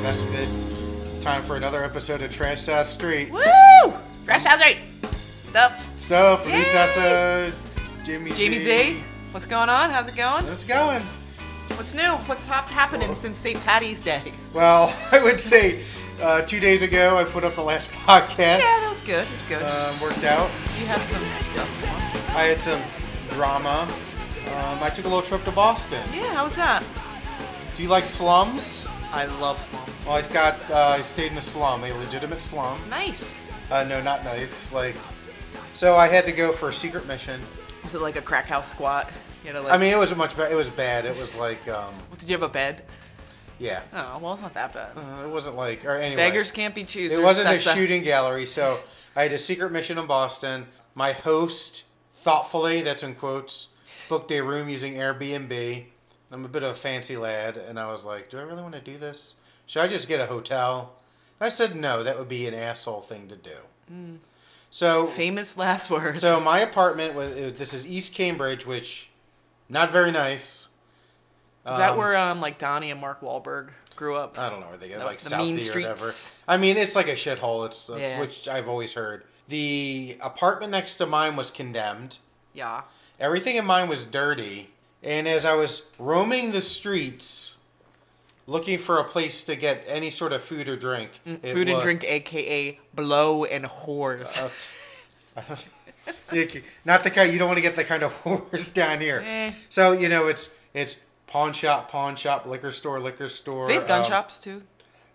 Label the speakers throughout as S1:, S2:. S1: guys. It's time for another episode of Trash South Street.
S2: Woo! Fresh out right. Stuff.
S1: Stuff, Lou
S2: Yay!
S1: Sessa, Jimmy
S2: Jamie Z, what's going on? How's it going?
S1: How's it going?
S2: What's new? What's hop happening since St. Patty's Day?
S1: Well, I would say uh, two days ago I put up the last
S2: Yeah,
S1: podcast.
S2: that was good. It was good.
S1: Um, worked out.
S2: you had some stuff going on.
S1: I had some drama. Um, I took a little trip to Boston.
S2: Yeah, how was that?
S1: Do you like slums?
S2: I love slums.
S1: Well, I got. Uh, I stayed in a slum, a legitimate slum.
S2: Nice.
S1: Uh, no, not nice. Like, so I had to go for a secret mission.
S2: Was it like a crack house squat? You know, like,
S1: I mean, it was a much. Ba- it was bad. It was like, um,
S2: what, did you have a bed?
S1: yeah.
S2: Oh, well, it's not that bad.
S1: Uh, it wasn't like or anyway.
S2: Beggars can't be choosers.
S1: It wasn't a
S2: Sessa.
S1: shooting gallery, so I had a secret mission in Boston. My host thoughtfully, that's in quotes, booked a room using Airbnb. I'm a bit of a fancy lad, and I was like, do I really want to do this? Should I just get a hotel? And I said no, that would be an asshole thing to do. So,
S2: Famous last words.
S1: so my apartment was, it was- this is East Cambridge, which not very nice.
S2: Is that where um like Donnie and Mark Wahlberg grew up?
S1: I don't know where they go,
S2: The-
S1: like
S2: the mean
S1: Southie or whatever.
S2: streets.
S1: I mean, it's like a shithole. It's uh,
S2: Yeah.
S1: which I've always heard. The apartment next to mine was condemned.
S2: yeah.
S1: Everything in mine was dirty, and as I was roaming the streets, looking for a place to get any sort of food or drink, it
S2: Mm,
S1: Uh,
S2: Food and
S1: wa-
S2: drink, aka blow and whores.
S1: Icky. Not the kind you don't want to get the kind of horse down here.
S2: Eh.
S1: So you know it's it's pawn shop, pawn shop, liquor store, liquor store.
S2: they have gun
S1: um,
S2: shops too.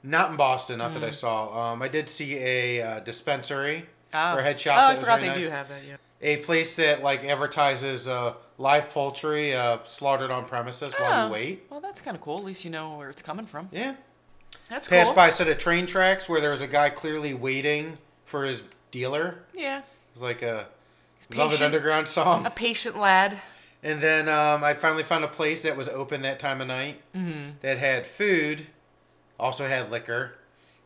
S1: Not in Boston, not that
S2: Mm.
S1: I saw. Um, I did see a uh, dispensary
S2: Ah.
S1: or a head
S2: Oh,
S1: shop.
S2: I
S1: that was
S2: forgot
S1: very
S2: they do
S1: nice.
S2: have that. Yeah.
S1: A place that like advertises uh, live poultry uh, slaughtered on premises
S2: Oh.
S1: while you wait.
S2: Well, that's kind of cool. At least you know where it's coming from.
S1: Yeah.
S2: That's
S1: Passed
S2: cool.
S1: by a set of train tracks where there was a guy clearly waiting for his dealer.
S2: Yeah.
S1: It was like a
S2: He's
S1: Velvet
S2: patient-
S1: Underground song.
S2: A patient lad.
S1: And then um, I finally found a place that was open that time of night that had food, also had liquor,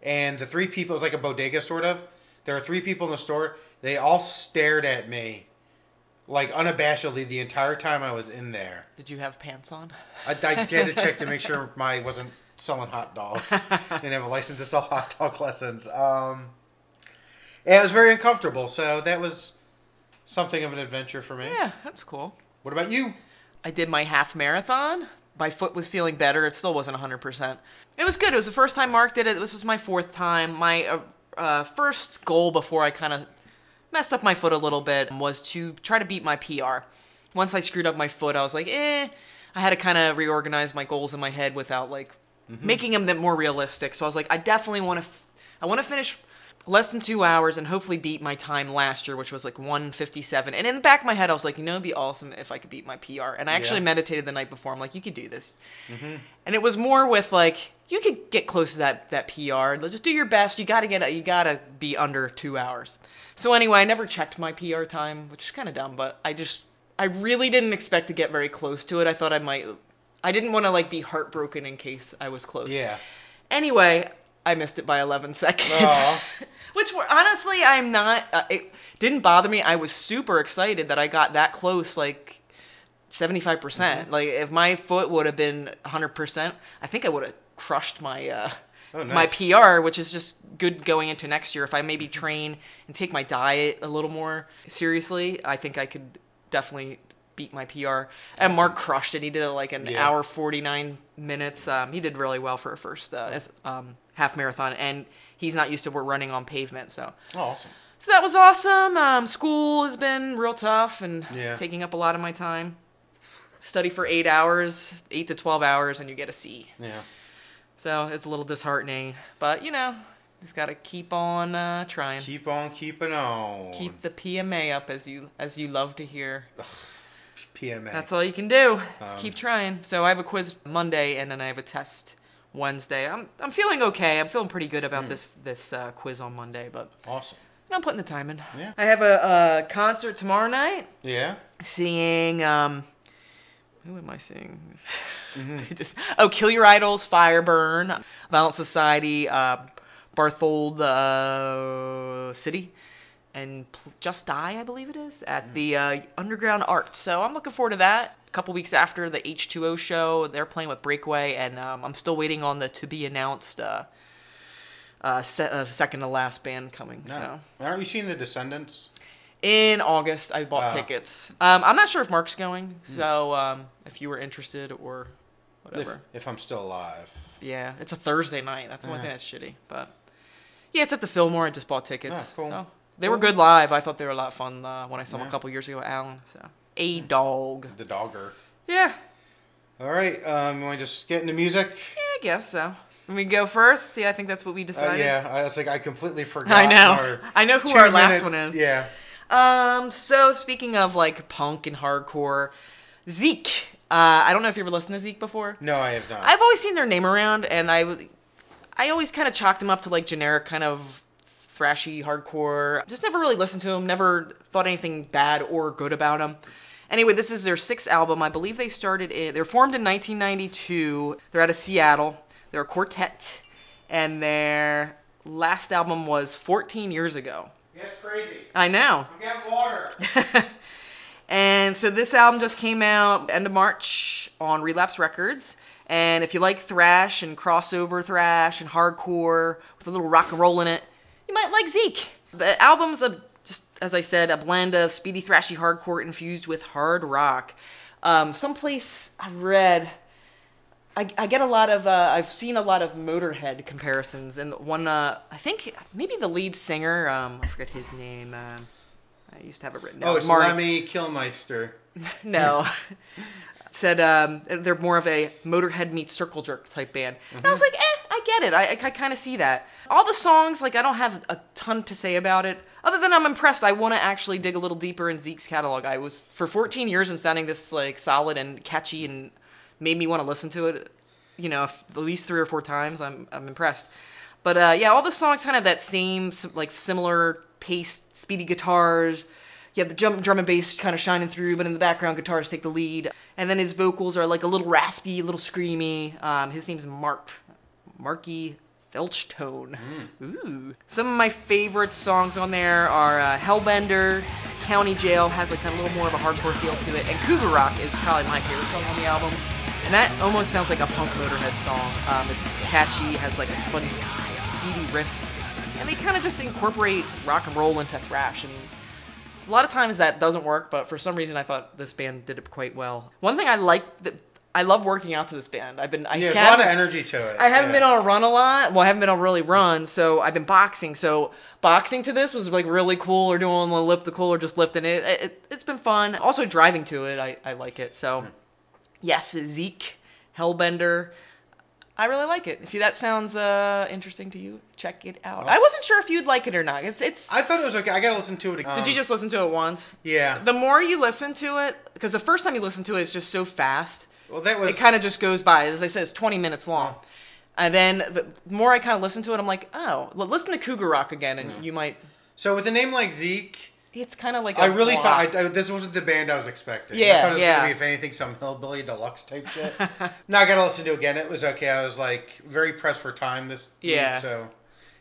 S1: and the three people it was like a bodega sort of. There were three people in the store. They all stared at me, like unabashedly, the entire time I was in there.
S2: Did you have pants on?
S1: I, I had to check to make sure my wasn't selling hot dogs. Didn't have a license to sell hot dog lessons. Um, yeah, it was very uncomfortable. So that was something of an adventure for me.
S2: Yeah, that's cool.
S1: What about you?
S2: I did my half marathon. My foot was feeling better. It still wasn't 100%. It was good. It was the first time Mark did it. This was my fourth time. My uh, uh, first goal before I kind of messed up my foot a little bit was to try to beat my PR. Once I screwed up my foot, I was like, eh. I had to kind of reorganize my goals in my head without like making them that more realistic. So I was like, I definitely want to, f- I want to finish less than two hours and hopefully beat my time last year, which was like 157. And in the back of my head, I was like, you know, it'd be awesome if I could beat my PR. And I actually
S1: Yeah.
S2: meditated the night before. I'm like, you could do this. And it was more with like, you could get close to that that PR. Just do your best. You gotta get. You gotta be under two hours. So anyway, I never checked my PR time, which is kind of dumb. But I just, I really didn't expect to get very close to it. I thought I might. I didn't want to like be heartbroken in case I was close.
S1: Yeah.
S2: Anyway, I missed it by 11 seconds.
S1: Aw.
S2: Which were, honestly, I'm not. Uh, it didn't bother me. I was super excited that I got that close, like 75%. percent Like if my foot would have been 100%, I think I would have crushed my uh
S1: Oh, nice. Mm-hmm.
S2: my PR, which is just good going into next year if I maybe train and take my diet a little more seriously, I think I could definitely beat my PR. And Mark crushed it. He did it like an
S1: Yeah.
S2: hour 49 minutes. Um, he did really well for a first uh, as- um, half marathon and he's not used to we're running on pavement, so
S1: Oh, awesome.
S2: so that was awesome. Um, school has been real tough and
S1: Yeah.
S2: taking up a lot of my time. Study for eight hours, eight to 12 hours, and you get a C.
S1: Yeah.
S2: So it's a little disheartening, but you know, just gotta keep on uh, trying. Keep,
S1: Keep on keeping on.
S2: the PMA up as you as you love to hear.
S1: PMA.
S2: That's all you can do. Just
S1: Um,
S2: keep trying. So I have a quiz Monday, and then I have a test Wednesday. I'm I'm feeling okay. I'm feeling pretty good
S1: Hmm.
S2: about this this uh, quiz on Monday, but
S1: awesome.
S2: I'm putting the time in.
S1: Yeah.
S2: I have a uh, concert tomorrow night.
S1: Yeah.
S2: seeing um who am I seeing? Just oh, Kill Your Idols, Fireburn, Violent Society, uh, Barthold uh, City, and Pl- Just Die, I believe it is, at the uh, Underground Art. So I'm looking forward to that. A couple weeks after the H2O show, they're playing with Breakaway, and um, I'm still waiting on the to be announced uh, uh, se- uh, second to last band coming. So.
S1: Aren't you seeing The Descendants?
S2: in August. I bought
S1: Oh.
S2: tickets. Um, I'm not sure if Mark's going,
S1: Hmm.
S2: so um, if you were interested or
S1: If,
S2: whatever,
S1: if I'm still alive.
S2: yeah, it's a Thursday night. That's the only thing that's shitty, but yeah, it's at the Fillmore. I just bought
S1: Ah,
S2: tickets.
S1: cool.
S2: so. They were good live. I thought they were a lot of fun uh, when I saw them a couple years ago. at Allen,
S1: Hmm.
S2: so a dog.
S1: The dogger.
S2: Yeah,
S1: All right. Um, want to just get into music?
S2: yeah, I guess so. We go first. Yeah, I think that's what we
S1: Uh,
S2: decided.
S1: yeah. I was like, I completely forgot.
S2: I know.
S1: our
S2: I know who our last
S1: two-minute-
S2: one is.
S1: Yeah.
S2: Um, so speaking of like punk and hardcore, Zeke. Uh, I don't know if you ever listened to Zeke before.
S1: No, I have not.
S2: I've always seen their name around, and I, w- I always kind of chalked him up to like generic kind of thrashy hardcore. Just never really listened to him. Never thought anything bad or good about him. Anyway, this is their sixth album. I believe they started. In, they're formed in 1992. They're out of Seattle. They're a quartet, and their last album was 14 years ago.
S1: That's crazy.
S2: I know.
S1: Get water.
S2: Oh, And so this album just came out end of March on Relapse Records. And if you like thrash and crossover thrash and hardcore with a little rock and roll in it, you might like Zeke. The album's a just as I said, a blend of speedy thrashy hardcore infused with hard rock. Um, someplace I read I, I get a lot of uh, I've seen a lot of Motorhead comparisons, and one uh, I think maybe the lead singer um, I forget his name. Um I used to have it written down.
S1: Oh, it's
S2: Marty-
S1: Lemmy Kilmeister.
S2: no. Said um, they're more of a Motorhead meets Circle Jerk type band, and I was like, eh, I get it. I, I, kind of see that. All the songs, like, I don't have a ton to say about it, other than I'm impressed. I want to actually dig a little deeper in Zeke's catalog. I was for 14 years and sounding this like solid and catchy, and made me want to listen to it. You know, if, at least three or four times. I'm I'm impressed. But uh, yeah, all the songs kind of that same s- like similar pace, speedy guitars. You have the drum, drum and bass kind of shining through, but in the background, guitars take the lead. And then his vocals are like a little raspy, a little screamy. Um, his name's Mark, Marky Felchtone.
S1: Hmm.
S2: Ooh. Some of my favorite songs on there are uh, Hellbender, County Jail has like a little more of a hardcore feel to it, and Cougar Rock is probably my favorite song on the album. And that almost sounds like a punk Motorhead song. Um, it's catchy, has like a spun, speedy riff, and they kind of just incorporate rock and roll into thrash. And a lot of times that doesn't work, but for some reason I thought this band did it quite well. One thing I like that I love working out to this band. I've been I
S1: Yeah, there's a
S2: haven't-
S1: lot of energy to it.
S2: I haven't
S1: yeah.
S2: been on a run a lot. Well, I haven't been on really run, so I've been boxing. So boxing to this was like really cool, or doing an elliptical, or just lifting it. it, it it's been fun. Also driving to it, I, I like it.
S1: Hmm.
S2: So yes, Zeke Hellbender, I really like it. If you, that sounds uh, interesting to you, check it out. I wasn't sure if you'd like it or not. It's it's.
S1: I um, thought it was okay. I gotta listen to it again. Um,
S2: did you just listen to it once?
S1: Yeah.
S2: The more you listen to it, because the first time you listen to it, it's just so fast
S1: well, that was
S2: it kind of just goes by. As I said, it's 20 minutes long. And then the more I kind of listen to it, I'm like, oh, l- listen to Cougar Rock again, and you might.
S1: so with a name like Zeke.
S2: It's kind of like I
S1: I really thought I, I- this wasn't the band I was expecting. I
S2: Yeah,
S1: thought it was
S2: yeah.
S1: gonna be, if anything, some hillbilly deluxe type shit. no, I gotta listen to it again. It was okay. I was like very pressed for time this
S2: Yeah.
S1: week, so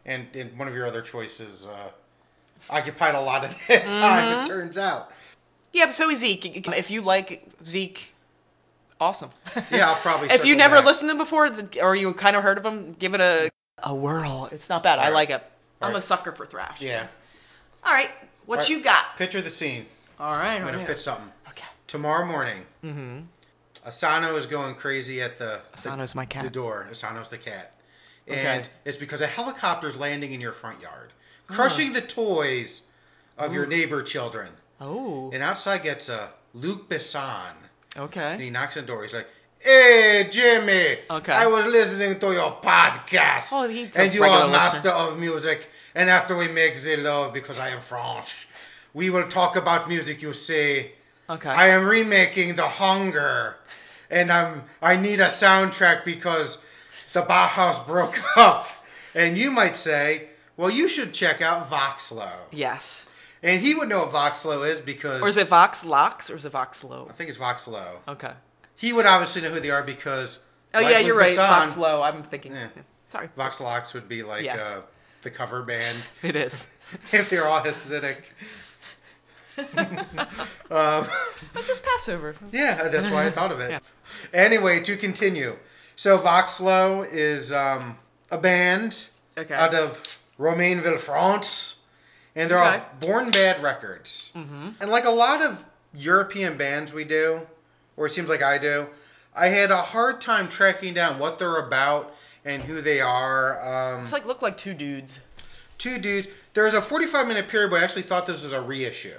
S1: and, and one of your other choices uh, occupied a lot of that time.
S2: Mm-hmm.
S1: It turns out.
S2: yeah. So is Zeke. If you like Zeke, awesome.
S1: Yeah, I'll probably.
S2: if you
S1: circle
S2: never
S1: back.
S2: listened to him before, it's- or you kind of heard of him, give it a a whirl. It's not bad. I like it. I'm a
S1: Alright.
S2: sucker for thrash.
S1: yeah.
S2: All right. What
S1: Alright.
S2: you got?
S1: Picture the scene.
S2: All right.
S1: I'm
S2: all
S1: gonna
S2: right.
S1: pitch something.
S2: Okay.
S1: Tomorrow morning,
S2: Mm-hmm.
S1: Asano is going crazy at the
S2: Asano's
S1: the,
S2: my cat.
S1: The door. Asano's the cat, and it's because a helicopter's landing in your front yard,
S2: Ah.
S1: crushing the toys of your neighbor children.
S2: Oh.
S1: And outside gets a Luke Besson, and
S2: Okay.
S1: he knocks on the door. He's like. Hey Jimmy!
S2: Okay.
S1: I was listening to your podcast,
S2: Oh, he's a
S1: and you
S2: regular
S1: are
S2: listener.
S1: master of music. And after we make the love, because I am French, we will talk about music. You say
S2: Okay.
S1: I am remaking The Hunger, and I'm I need a soundtrack because the Bauhaus broke up. And you might say, well, you should check out Voxlo,
S2: yes.
S1: and he would know what Voxlo is because
S2: Or is it Vox Locks or is it Vox Low?
S1: I think it's Voxlo.
S2: Okay.
S1: He would obviously know who they are because
S2: Oh
S1: like
S2: yeah,
S1: with
S2: you're right.
S1: Bassan,
S2: Vox Low. I'm thinking.
S1: Yeah.
S2: Sorry.
S1: Voxlox would be like
S2: Yes.
S1: uh, the cover band
S2: It is.
S1: if they're all Hasidic.
S2: It's just Passover.
S1: Yeah, that's why I thought of it. Anyway, to continue. So Voxlo is um, a band
S2: Okay.
S1: out of Romainville, France, and they're
S2: Okay.
S1: all Born Bad Records. Mm-hmm. And like a lot of European bands we do, or it seems like I do, I had a hard time tracking down what they're about and who they are. Um,
S2: It's like look like two dudes.
S1: two dudes. There was a 45 minute period where I actually thought this was a reissue.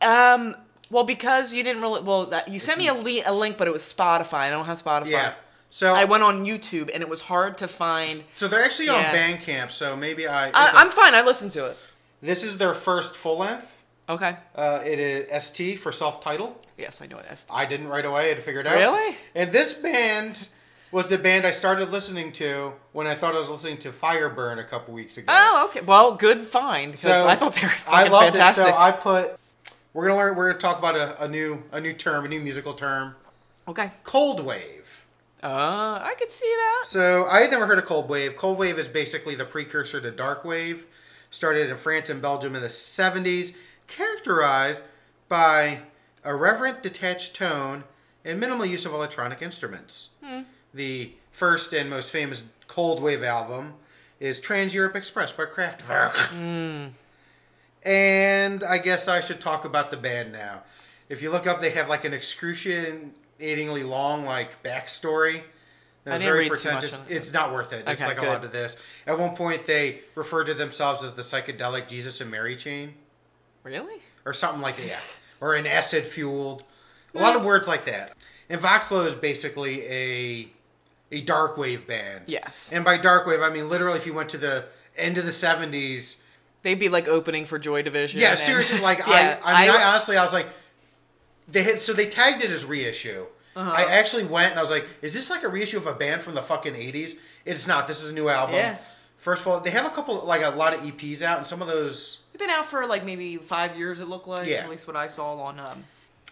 S2: Um. Well, because you didn't really. Well, that, you sent me a, li- a link, but it was Spotify. I don't have Spotify.
S1: Yeah. So
S2: I went on YouTube, and it was hard to find.
S1: So they're actually on
S2: Yeah.
S1: Bandcamp. So maybe I.
S2: I, I'm fine. I listened to it.
S1: this is their first full length.
S2: Okay.
S1: Uh, it is ST for self title.
S2: Yes, I know it. That's-
S1: I didn't right away. I had to figure it out.
S2: Really?
S1: And this band was the band I started listening to when I thought I was listening to Fireburn a couple weeks ago.
S2: Oh, okay. Well, good find. 'cause I thought they were
S1: I
S2: fucking
S1: loved
S2: fantastic.
S1: it. So I put. We're gonna learn. We're gonna talk about a, a new a new term, a new musical term,
S2: okay.
S1: cold wave.
S2: Uh, I could see that.
S1: So I had never heard of cold wave. Cold wave is basically the precursor to dark wave. Started in France and Belgium in the 70s, characterized by a reverent, detached tone and minimal use of electronic instruments. The first and most famous cold wave album is Trans Europe Express by Kraftwerk. And I guess I should talk about the band now. If you look up, they have like an excruciatingly long like backstory. That
S2: I
S1: was
S2: didn't
S1: very
S2: read too much
S1: pretentious.
S2: on it.
S1: It's not worth it. It's
S2: Okay,
S1: like a
S2: good.
S1: lot of this. At one point, they referred to themselves as the psychedelic Jesus and Mary chain,
S2: Really?
S1: or something like that, or an acid fueled. A lot of words like that. And Voxlo is basically a a dark wave band.
S2: Yes.
S1: And by dark wave, I mean literally if you went to the end of the '70s.
S2: They'd be like opening for Joy Division.
S1: Yeah,
S2: and-
S1: seriously. Like
S2: Yeah,
S1: I, I mean, I, honestly, I was like, they had so they tagged it as reissue.
S2: Uh-huh.
S1: I actually went and I was like, is this like a reissue of a band from the fucking eighties? It's not. This is a new album.
S2: Yeah.
S1: First of all, they have a couple like a lot of EPs out, and some of those
S2: They've been out for like maybe five years. It looked like
S1: Yeah.
S2: at least what I saw on. Um,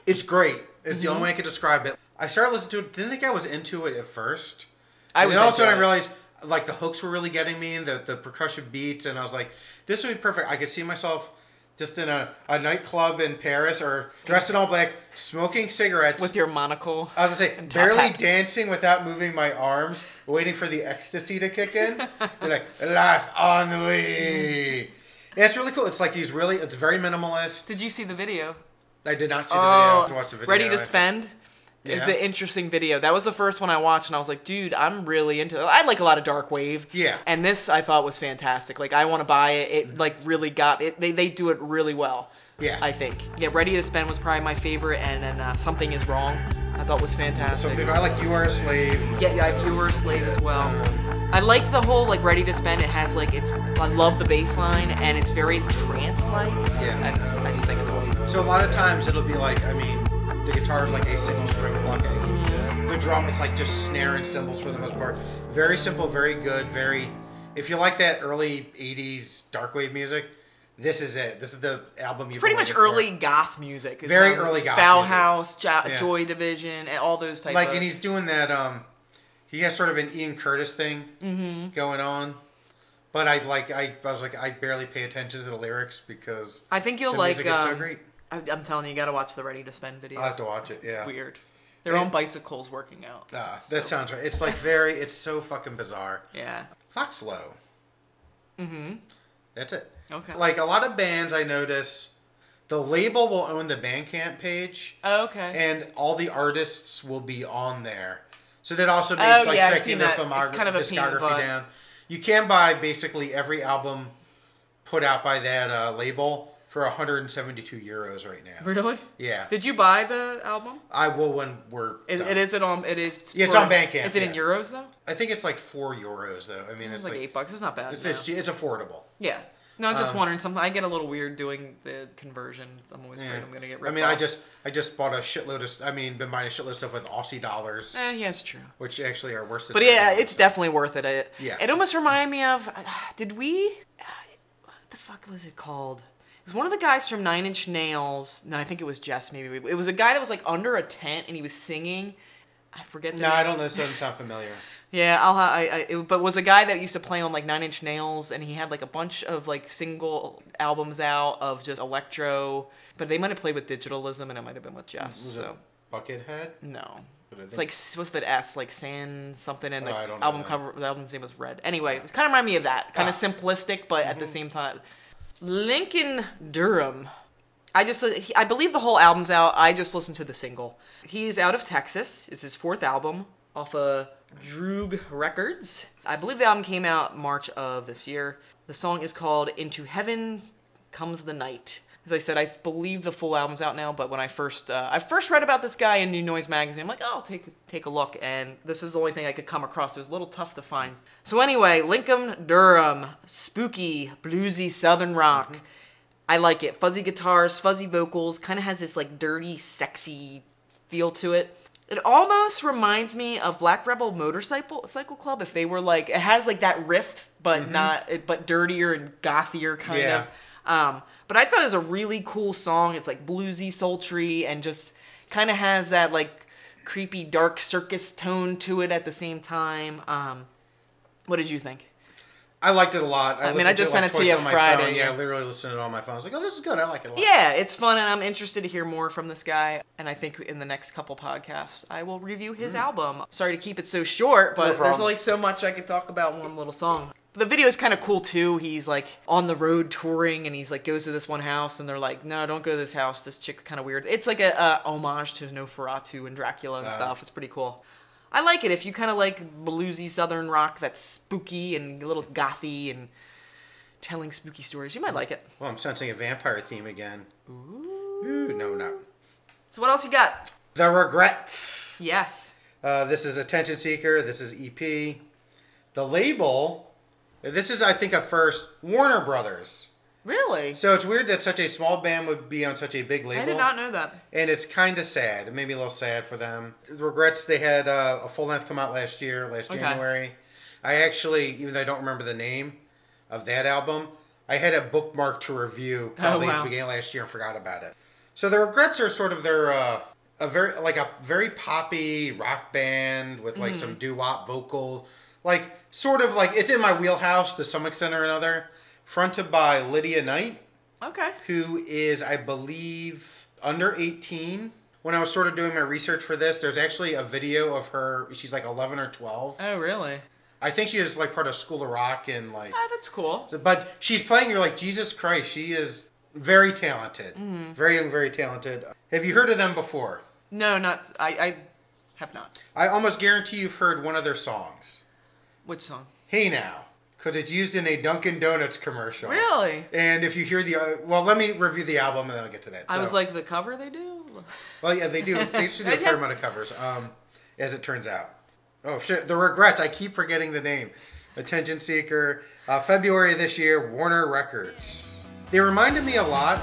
S1: it's great. It's the
S2: Mm-hmm.
S1: only way I could describe it. I started listening to it. Didn't think I was into it at first.
S2: I
S1: and
S2: was
S1: then all of a
S2: into
S1: sudden
S2: it.
S1: I realized like the hooks were really getting me and the, the percussion beats and I was like, this would be perfect. I could see myself just in a, a nightclub in Paris or dressed in all black, smoking cigarettes.
S2: with your monocle.
S1: I was gonna say,
S2: top
S1: barely
S2: hat.
S1: dancing without moving my arms, waiting for the ecstasy to kick in. You're like, life on the way. Yeah, it's really cool. It's like these really, it's very minimalist.
S2: Did you see the video?
S1: I did not see the video to watch the video.
S2: Oh, Ready to
S1: actually.
S2: Spend. It's
S1: Yeah.
S2: an interesting video. That was the first one I watched, and I was like, dude, I'm really into that. I like a lot of dark wave.
S1: Yeah.
S2: And this I thought was fantastic. Like, I want to buy it. It, like, really got it. They, they do it really well.
S1: Yeah.
S2: I think. Yeah, Ready to Spend was probably my favorite, and then uh, Something is Wrong I thought was
S1: So,
S2: fantastic.
S1: dude, I like You Are a Slave.
S2: Yeah, yeah, I've You Were a Slave as well. I like the whole like Ready to Spend. It has like it's. I love the bass line and it's very trance like.
S1: Yeah.
S2: I, I just think it's awesome.
S1: So a lot of times it'll be like, I mean, the guitar is like a single string plucking. The drum, it's like just snare and cymbals for the most part. Very simple, very good, very. If you like that early '80s dark wave music, this is it. This is the album. It's
S2: Pretty much early goth music. It's,
S1: Very early goth
S2: Bauhaus, Jo-
S1: Yeah.
S2: Joy Division, and all those types.
S1: Like,
S2: of,
S1: and he's doing that. Um, he has sort of an Ian Curtis thing
S2: Mm-hmm.
S1: going on. But I like I, I was like I barely pay attention to the lyrics because
S2: I think you'll
S1: the
S2: like.
S1: music is so
S2: um,
S1: great.
S2: I, I'm telling you, you gotta watch the Ready to Spend video.
S1: I'll have to watch it,
S2: It's, it's
S1: yeah.
S2: weird. Their own bicycles working out.
S1: uh, that sounds right. It's like very. It's so fucking bizarre.
S2: Yeah.
S1: Foxlow. Mm-hmm. That's it.
S2: Mm-hmm. Okay.
S1: Like a lot of bands, I notice the label will own the Bandcamp page,
S2: Oh, okay.
S1: and all the artists will be on there. So that also means
S2: Oh,
S1: like
S2: yeah, I've
S1: checking
S2: seen
S1: their
S2: that. It's
S1: filmography,
S2: kind of a pain in the
S1: discography
S2: butt.
S1: down. You can buy basically every album put out by that uh, label for 172 euros right now.
S2: Really?
S1: Yeah.
S2: Did you buy the album?
S1: I will when we're.
S2: Is,
S1: done.
S2: It is it on. It is.
S1: Yeah, it's
S2: for-
S1: on Bandcamp,
S2: Is it in
S1: yeah.
S2: euros though?
S1: I think it's like four euros though. I mean, it's,
S2: It's like, eight bucks. It's not bad.
S1: It's,
S2: no.
S1: it's it's affordable.
S2: yeah. No, I was
S1: Um,
S2: just wondering something. I get a little weird doing the conversion. I'm always
S1: Yeah.
S2: afraid I'm gonna get.
S1: I
S2: Ripped
S1: mean, I
S2: off.
S1: just I just bought a shitload of. st- I mean, been buying a shitload of stuff with Aussie dollars,
S2: Eh, yeah, it's true.
S1: which actually are worse than.
S2: But
S1: their
S2: yeah,
S1: dollars.
S2: it's definitely worth it. It,
S1: Yeah.
S2: it almost reminded me of. Did we? uh, What the fuck was it called? It was one of the guys from Nine Inch Nails. No, I think it was Jess. Maybe it was a guy that was like under a tent and he was singing. I forget. The
S1: No, I don't. know. This doesn't sound familiar.
S2: Yeah, I'll. Ha- I, I. It, but was a guy that used to play on like Nine Inch Nails, and he had like a bunch of like single albums out of just electro. But they might have played with digitalism, and it might have been with Jess.
S1: Was
S2: So
S1: it Buckethead?
S2: no,
S1: But I think
S2: It's like what's that S like San something and
S1: Oh,
S2: the
S1: I don't know
S2: album
S1: that.
S2: cover the album's name was Red. Anyway, it kind of reminded me of that. Kind
S1: Ah. Mm-hmm.
S2: of simplistic, but at the same time, Lincoln Durham. I just he- I believe the whole album's out. I just listened to the single. He's out of Texas. It's his fourth album off of Droog Records. I believe the album came out March of this year. The song is called Into Heaven Comes the Night. As I said, I believe the full album's out now, but when I first uh, I first read about this guy in New Noise magazine, I'm like, oh, I'll take take a look, and this is the only thing I could come across. It was a little tough to find. So anyway, Lincoln Durham, spooky, bluesy Southern rock. I like it. Fuzzy guitars, fuzzy vocals, kind of has this like dirty, sexy feel to it. It almost reminds me of Black Rebel Motorcycle Cycle Club if they were like it has like that riff but not it- but dirtier and gothier kind
S1: Yeah.
S2: of. Um, but I thought it was a really cool song. It's like bluesy, sultry, and just kind of has that like creepy, dark circus tone to it at the same time. Um, what did you think?
S1: I liked it a lot. I,
S2: mean,
S1: listened
S2: I just sent
S1: like,
S2: it to
S1: twice
S2: you
S1: on my
S2: Friday,
S1: phone.
S2: yeah.
S1: Yeah, I literally listened to it on my phone. I was like, oh, this is good. I like it a lot.
S2: Yeah, it's fun, and I'm interested to hear more from this guy. And I think in the next couple podcasts, I will review his album. Sorry to keep it so short, but there's
S1: problem.
S2: only so much I could talk about in one little song. The video is kind of cool too. He's like on the road touring, and he's like goes to this one house, and they're like, "No, don't go to this house. This chick's kind of weird." It's like a, a homage to Nosferatu and Dracula and stuff. It's pretty cool. I like it if you kind of like bluesy southern rock that's spooky and a little gothy and telling spooky stories. You might like it.
S1: Well, Oh, I'm sensing a vampire theme again. Ooh, no, no.
S2: So what else you got?
S1: The Regrets.
S2: Yes.
S1: Uh, this is Attention Seeker. This is EP. The label. This is, I think, a first Warner Brothers.
S2: Really?
S1: So it's weird that such a small band would be on such a big label.
S2: I did not know that.
S1: and it's kind of sad. It made me a little sad for them. The regrets they had uh, a full length come out last year, last
S2: Okay.
S1: January. I actually, even though I don't remember the name of that album, I had it bookmarked to review probably at
S2: Oh,
S1: the
S2: wow.
S1: beginning of last year and forgot about it. So the regrets are sort of their uh, a very like a very poppy rock band with
S2: Mm-hmm.
S1: like some doo wop vocal, like sort of like it's in my wheelhouse to some extent or another. Fronted by Lydia Knight
S2: Okay.
S1: who is, I believe, under 18. When I was sort of doing my research for this, there's actually a video of her. She's like 11 or 12.
S2: Oh, really?
S1: I think she is like part of School of Rock and like.
S2: Ah, that's cool.
S1: But she's playing, you're like, Jesus Christ, she is very talented.
S2: Mm-hmm.
S1: Very young, very talented. Have you heard of them before?
S2: No, not. I, I have not.
S1: I almost guarantee you've heard one of their songs.
S2: Which song?
S1: Hey Now. Because it's used in a Dunkin' Donuts commercial.
S2: Really?
S1: And if you hear the. Uh, well, let me review the album and then I'll get to that.
S2: I
S1: So-
S2: was like, the cover they do?
S1: Well, yeah, they do. They should do a fair amount of covers, um, as it turns out. Oh shit, the regrets. I keep forgetting the name. Attention Seeker, uh, February of this year, Warner Records. They reminded me a lot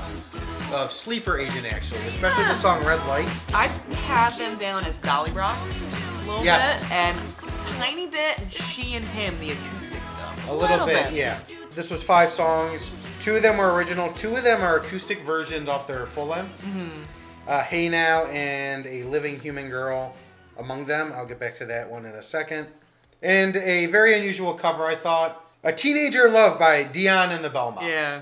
S1: of Sleeper Agent, actually, especially the song Red Light.
S2: I have them down as Dolly Rocks a little
S1: Yes.
S2: bit, and tiny bit, she and him, the acoustic stuff.
S1: A little, bit, yeah. This was five songs. Two of them were original. Two of them are acoustic versions off their full length.
S2: Mm-hmm.
S1: Uh, hey Now and A Living Human Girl among them. I'll get back to that one in a second. And a very unusual cover, I thought. A Teenager in Love by Dion and the Belmonts.
S2: Yeah.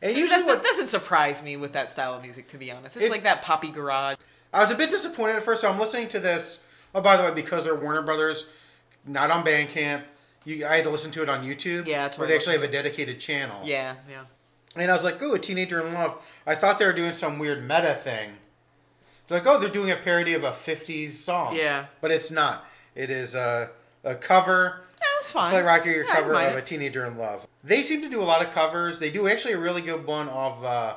S1: And usually
S2: That, that
S1: what,
S2: doesn't surprise me with that style of music, to be honest. It's
S1: It-
S2: like that poppy garage.
S1: I was a bit disappointed at first, so I'm listening to this. Oh, by the way, because they're Warner Brothers, not on Bandcamp, you, I had to listen to it on YouTube.
S2: Yeah, that's
S1: where
S2: what
S1: they
S2: I
S1: actually have a dedicated channel.
S2: Yeah, yeah.
S1: And I was like, oh, a teenager in love. I thought they were doing some weird meta thing. They're like, oh, they're doing a parody of a 50s song.
S2: Yeah.
S1: But it's not. It is a, a cover,
S2: That was fun.
S1: Slight Rockier
S2: Yeah, I
S1: cover
S2: might
S1: of A
S2: have-
S1: Teenager in Love. They seem to do a lot of covers. They do actually a really good one of uh,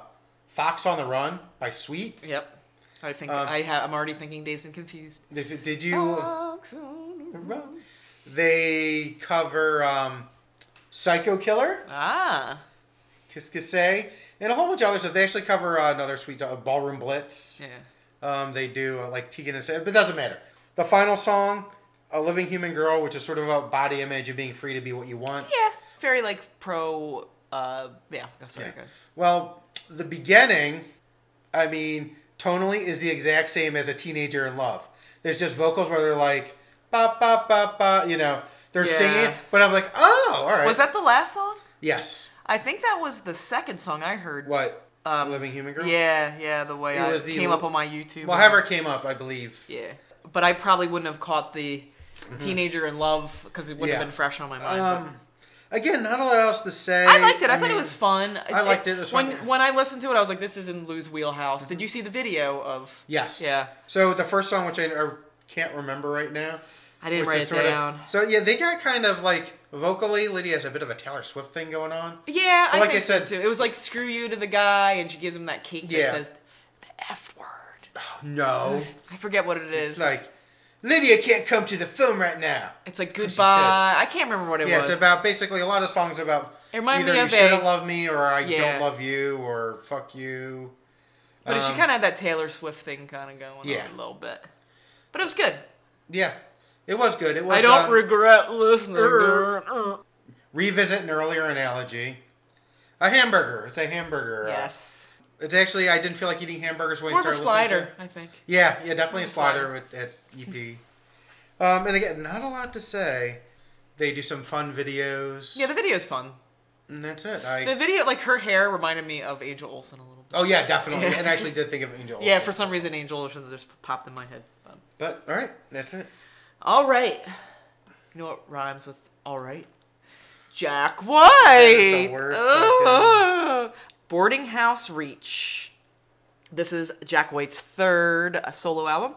S1: Fox on the Run by Sweet.
S2: Yep. I think I have. I'm already thinking Days and Confused.
S1: Did, did Uh. you.
S2: Oh,
S1: uh,
S2: uh.
S1: They cover um, Psycho Killer,
S2: Ah.
S1: Kiss Kissay, and a whole bunch of other stuff. They actually cover uh, another sweet uh, Ballroom Blitz.
S2: Yeah.
S1: Um, they do uh, like Tegan and Sarah, but it doesn't matter. The final song, "A Living Human Girl," which is sort of about body image and being free to be what you want.
S2: Yeah. Very like pro. Uh, yeah, that's very good.
S1: Well, the beginning, I mean, tonally is the exact same as a teenager in love. There's just vocals where they're like, ba ba ba ba, you know, they're
S2: Yeah.
S1: singing, but I'm like, oh, all right.
S2: Was that the last song?
S1: yes?
S2: I think that was the second song I heard.
S1: What? "A Living Human Girl.
S2: Um, Yeah, yeah. The way
S1: It
S2: I
S1: was the-
S2: came up on my YouTube.
S1: Well, However, it came up, I believe.
S2: Yeah. but I probably wouldn't have caught the teenager in love because it wouldn't
S1: Mm-hmm. Yeah.
S2: have been fresh on my mind. but-
S1: Um, again, not a lot else to say.
S2: I liked it. I, thought
S1: mean,
S2: it was fun.
S1: I liked it. It was
S2: when
S1: fun. Mm-hmm.
S2: when I listened to it, I was like, "This is in Lou's wheelhouse." Did you see the video of?
S1: Yes.
S2: Yeah.
S1: So the first song, which I, I can't remember right now.
S2: I didn't
S1: which
S2: write
S1: is
S2: it
S1: sort of-
S2: down.
S1: so yeah, they got kind of like vocally, Lydia has a bit of a Taylor Swift thing going on.
S2: Yeah, I
S1: Like I
S2: think so,
S1: said-
S2: too. it was like "screw you" to the guy, and she gives him that cake
S1: Yeah.
S2: that says the f word.
S1: No.
S2: I forget what it is.
S1: It's like Lydia can't come to the film right now.
S2: It's like
S1: dead.
S2: goodbye. I can't remember what it
S1: Yeah,
S2: was.
S1: it's about basically a lot of songs about
S2: It reminded
S1: either
S2: me
S1: you
S2: of
S1: shouldn't
S2: a-
S1: love me or I
S2: Yeah.
S1: don't love you or fuck you.
S2: but she
S1: um,
S2: kind of had that Taylor Swift thing kind of going
S1: Yeah.
S2: on a little bit. But it was good.
S1: Yeah, it was good. It was.
S2: I don't
S1: um,
S2: regret listening.
S1: er,
S2: to it.
S1: revisit an earlier analogy. A hamburger. It's a hamburger. Uh,
S2: Yes,
S1: It's actually I didn't feel like eating hamburgers when
S2: more
S1: I
S2: of a
S1: started listening.
S2: slider,
S1: To
S2: I think.
S1: it. Yeah, yeah, definitely a
S2: More of a
S1: slider with at EP. um, and again, not a lot to say. They do some fun videos.
S2: Yeah, the video's fun.
S1: And that's it. I,
S2: The video, like her hair, reminded me of Angel Olsen a little bit.
S1: oh yeah, definitely.
S2: Yeah.
S1: And I actually did think of Angel.
S2: Yeah,
S1: also.
S2: for some reason, Angel Olsen just popped in my head. But-
S1: But all right, that's it.
S2: All right. You know what rhymes with all right? Jack White.
S1: worst
S2: Oh. Boarding House Reach. This is Jack White's third uh, solo album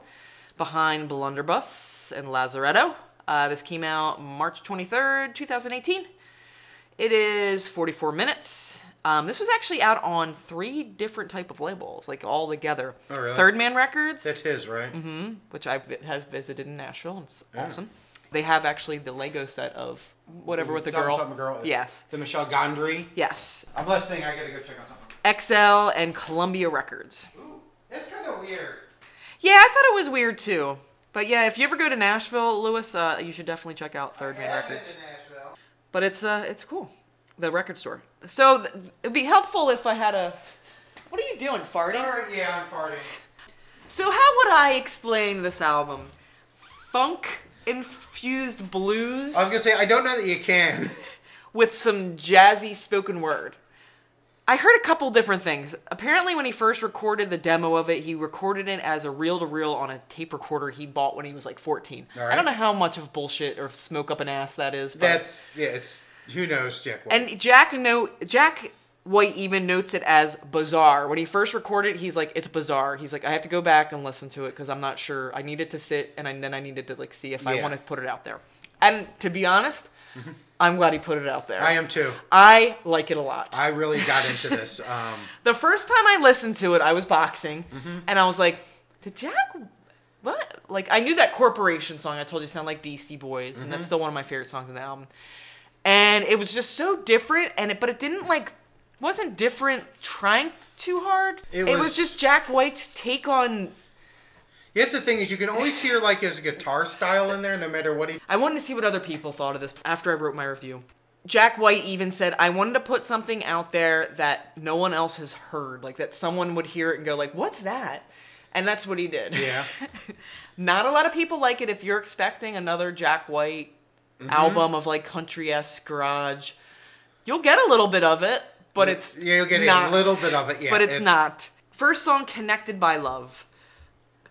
S2: behind Blunderbuss and Lazaretto. Uh, this came out March 23rd, 2018. It is 44 minutes. Um, this was actually out on three different type of labels, like all together.
S1: Oh, really?
S2: Third Man Records
S1: That's his, right?
S2: Mm-hmm. which I've has visited in Nashville. and It's
S1: Yeah.
S2: awesome. They have actually the Lego set of whatever with the
S1: Mm-hmm. Something,
S2: girl.
S1: something girl.
S2: Yes.
S1: The Michelle Gondry.
S2: Yes.
S1: I'm listening. I gotta go check on something.
S2: XL and Columbia Records.
S1: Ooh, that's kind of weird.
S2: Yeah, I thought it was weird too. But yeah, if you ever go to Nashville, Lewis, uh, you should definitely check out Third Man
S1: Haven't been
S2: Records.
S1: to Nashville.
S2: But it's uh, it's cool. The record store. So th- it'd be helpful if I had a. What are you doing, farting?
S1: Sorry, yeah, I'm farting.
S2: So how would I explain this album? Funk infused blues.
S1: I was gonna say I don't know that you can.
S2: with some jazzy spoken word. I heard a couple different things. Apparently, when he first recorded the demo of it, he recorded it as a reel to reel on a tape recorder he bought when he was like 14.
S1: All right.
S2: I don't know how much of bullshit or smoke up an ass that is. But...
S1: That's yeah. It's who knows, Jack. White.
S2: And Jack no Jack White even notes it as bizarre. When he first recorded, it, he's like, "It's bizarre." He's like, "I have to go back and listen to it because I'm not sure. I needed to sit and I, then I needed to like see if I
S1: Yeah.
S2: want to put it out there." And to be honest, I'm glad he put it out there.
S1: I am too.
S2: I like it a lot.
S1: I really got into this. Um,
S2: The first time I listened to it, I was boxing,
S1: Mm-hmm.
S2: and I was like, "Did Jack?" What? Like I knew that corporation song I told you sound like Beastie Boys, and
S1: Mm-hmm.
S2: that's still one of my favorite songs in the album. And it was just so different, and it but it didn't like wasn't different trying too hard.
S1: It
S2: It was,
S1: was-
S2: just Jack White's take on.
S1: here's the thing: is you can always hear like his guitar style in there, no matter what he.
S2: I wanted to see what other people thought of this after I wrote my review. Jack White even said, "I wanted to put something out there that no one else has heard, like that someone would hear it and go like, "What's that?" And that's what he did.
S1: Yeah.
S2: not a lot of people like it if you're expecting another Jack White
S1: Mm-hmm.
S2: album of like country esque garage. You'll get a little bit of it, but it's
S1: Yeah, you'll get
S2: not,
S1: a little bit of it. Yeah,
S2: but it's, not. First song, "Connected by Love."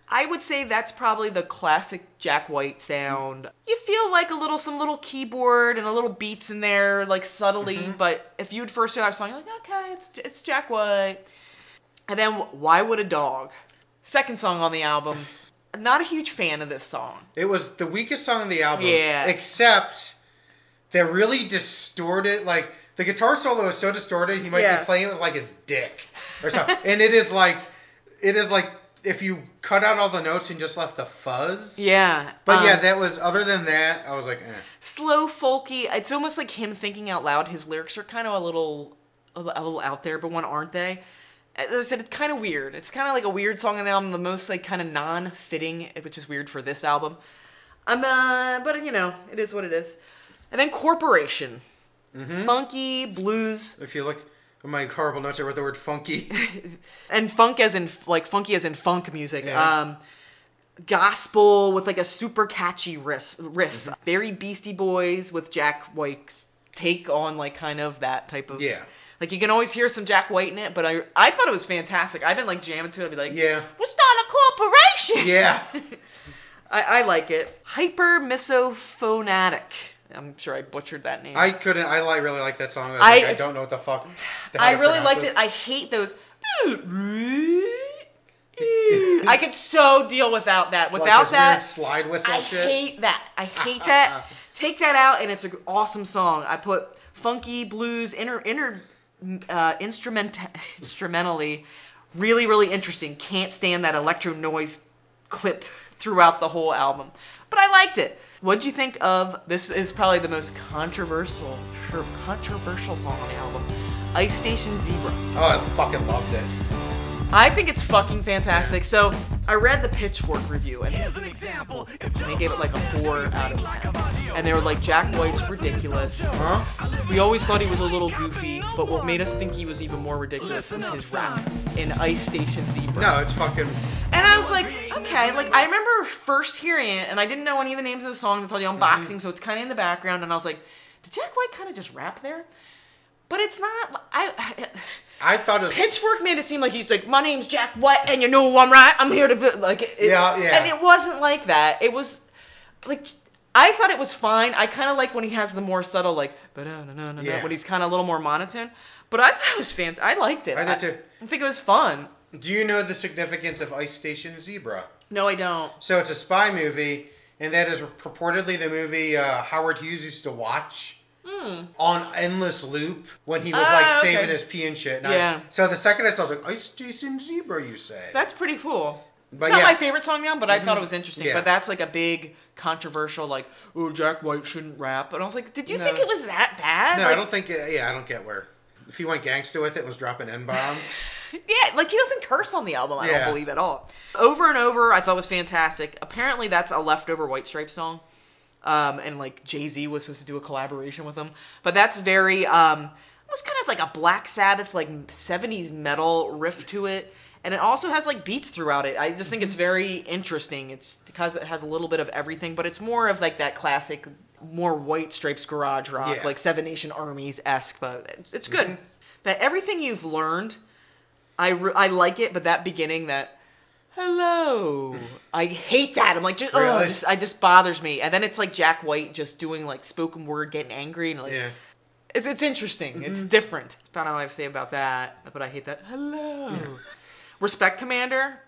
S2: I would say that's probably the classic Jack White sound. You feel like a little, some little keyboard and a little beats in there, like subtly.
S1: Mm-hmm.
S2: But if you'd first hear that song, you're like, okay, it's it's Jack White. And then Why Would a Dog? Second song on the album. I'm not a huge fan of this song.
S1: It was the weakest song on the album.
S2: Yeah.
S1: Except they're really distorted. Like the guitar solo is so distorted, he might
S2: Yeah.
S1: be playing with like his dick or something. and it is like, it is like if you cut out all the notes and just left the fuzz.
S2: Yeah.
S1: But yeah,
S2: um,
S1: that was other than that, I was like, eh.
S2: slow folky. It's almost like him thinking out loud. His lyrics are kind of a little a little out there, but when aren't they? As I said, it's kind of weird. It's kind of like a weird song on the album, the most like kind of non-fitting, which is weird for this album. I'm uh, but you know, it is what it is. And then Corporation, funky blues
S1: If you look at my horrible notes, I wrote the word funky.
S2: and funk as in like funky as in funk music.
S1: Yeah.
S2: Um, gospel with like a super catchy riff, riff.
S1: Mm-hmm.
S2: very Beastie Boys with Jack White's take on like kind of that type of
S1: Yeah.
S2: Like you can always hear some Jack White in it, but I I thought it was fantastic. I've been like jamming to it. I'd be like,
S1: Yeah.
S2: we're starting a corporation.
S1: yeah.
S2: I, I like it. Hyper misophonatic. I'm sure I butchered that name.
S1: I couldn't. I like really like that song. I, was
S2: I-
S1: like, I don't know what the fuck.
S2: I really liked it. I hate those. I could so deal without that. Without
S1: like this
S2: that,
S1: weird slide whistle
S2: I
S1: shit.
S2: hate that. I hate that. Ah, Take that out, and it's an awesome song. I put funky blues, inner inner uh, instrument instrumentally, really really interesting. Can't stand that electro noise clip throughout the whole album, but I liked it. What do you think of this? Is probably the most controversial sure, controversial song on the album, Ice Station Zebra.
S1: oh, I fucking loved it.
S2: I think it's fucking fantastic. So I read the Pitchfork review and
S3: Here's an example. If
S2: they gave it like a four out of ten. And they were like, Jack White's ridiculous. We always thought he was a little goofy, but what made us think he was even more ridiculous was his rap in Ice Station Zebra.
S1: No, it's fucking.
S2: And I was like, okay, like I remember first hearing it, and I didn't know any of the names of the songs until the unboxing, so it's kind of in the background. And I was like, did Jack White kind of just rap there? But it's not. I
S1: I thought it was.
S2: Pitchfork made it seem like he's like, my name's Jack White, and you know I'm right. I'm here to vi-" like, it,
S1: Yeah, yeah.
S2: And it wasn't like that. It was like I thought it was fine. I kind of like when he has the more subtle like, but no, no, no,
S1: Yeah.
S2: when he's kind of a little more monotone. But I thought it was fantastic. I liked it.
S1: I did too.
S2: I think it was fun.
S1: Do you know the significance of Ice Station Zebra?
S2: No, I don't.
S1: So it's a spy movie, and that is purportedly the movie uh, Howard Hughes used to watch on endless loop when he was like
S2: Hmm. Ah, okay.
S1: saving his pee and shit. And I-
S2: Yeah.
S1: so the second I saw, it, I was like, "Ice Station Zebra," you say?
S2: That's pretty cool.
S1: But
S2: it's not
S1: yeah. Mm-hmm.
S2: my favorite song now, but I thought it was interesting.
S1: Yeah.
S2: But that's like a big controversial, like, oh, Jack White shouldn't rap. And I was like, did you
S1: No.
S2: think it was that bad?
S1: no,
S2: Like,
S1: I don't think. It, yeah, I don't get where. If he went gangster with it, and was dropping n bombs.
S2: Yeah, like he doesn't curse on the album. I
S1: Yeah.
S2: don't believe at all. Over and over, I thought was fantastic. Apparently, that's a leftover White Stripe song, um, and like Jay Z was supposed to do a collaboration with him. But that's very um, it was kind of like a Black Sabbath like '70s metal riff to it, and it also has like beats throughout it. I just think
S1: Mm-hmm.
S2: it's very interesting. It's because it has a little bit of everything, but it's more of like that classic, more White Stripes garage rock,
S1: Yeah. Mm-hmm.
S2: like Seven Nation Armies esque. But it's good. That everything you've learned I, re- I like it, but that beginning that hello, I hate that. I'm like just oh,
S1: Really?
S2: it just I just bothers me. And then it's like Jack White just doing like spoken word, getting angry, and like
S1: Yeah. Mm-hmm.
S2: it's it's interesting. It's different. That's about all I have to say about that. But I hate that hello. Respect Commander,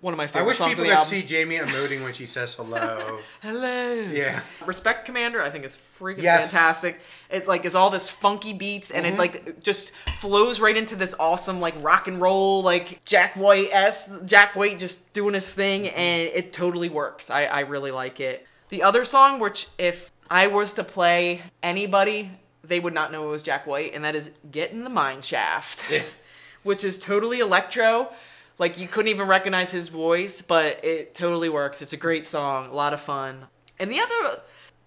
S2: one of my
S1: I
S2: favorite
S1: wish
S2: songs
S1: people
S2: on
S1: could
S2: the album.
S1: see Jamie emoting when she says hello.
S2: hello.
S1: yeah.
S2: Respect Commander, I think is freaking
S1: Yes.
S2: fantastic. It like is all this funky beats and it like just flows right into this awesome like rock and roll like Jack White s Jack White just doing his thing and it totally works. I I really like it. The other song, which if I was to play anybody, they would not know it was Jack White, and that is "Get in the Mine Shaft." which is totally electro. Like you couldn't even recognize his voice, but it totally works. It's a great song, a lot of fun. And the other,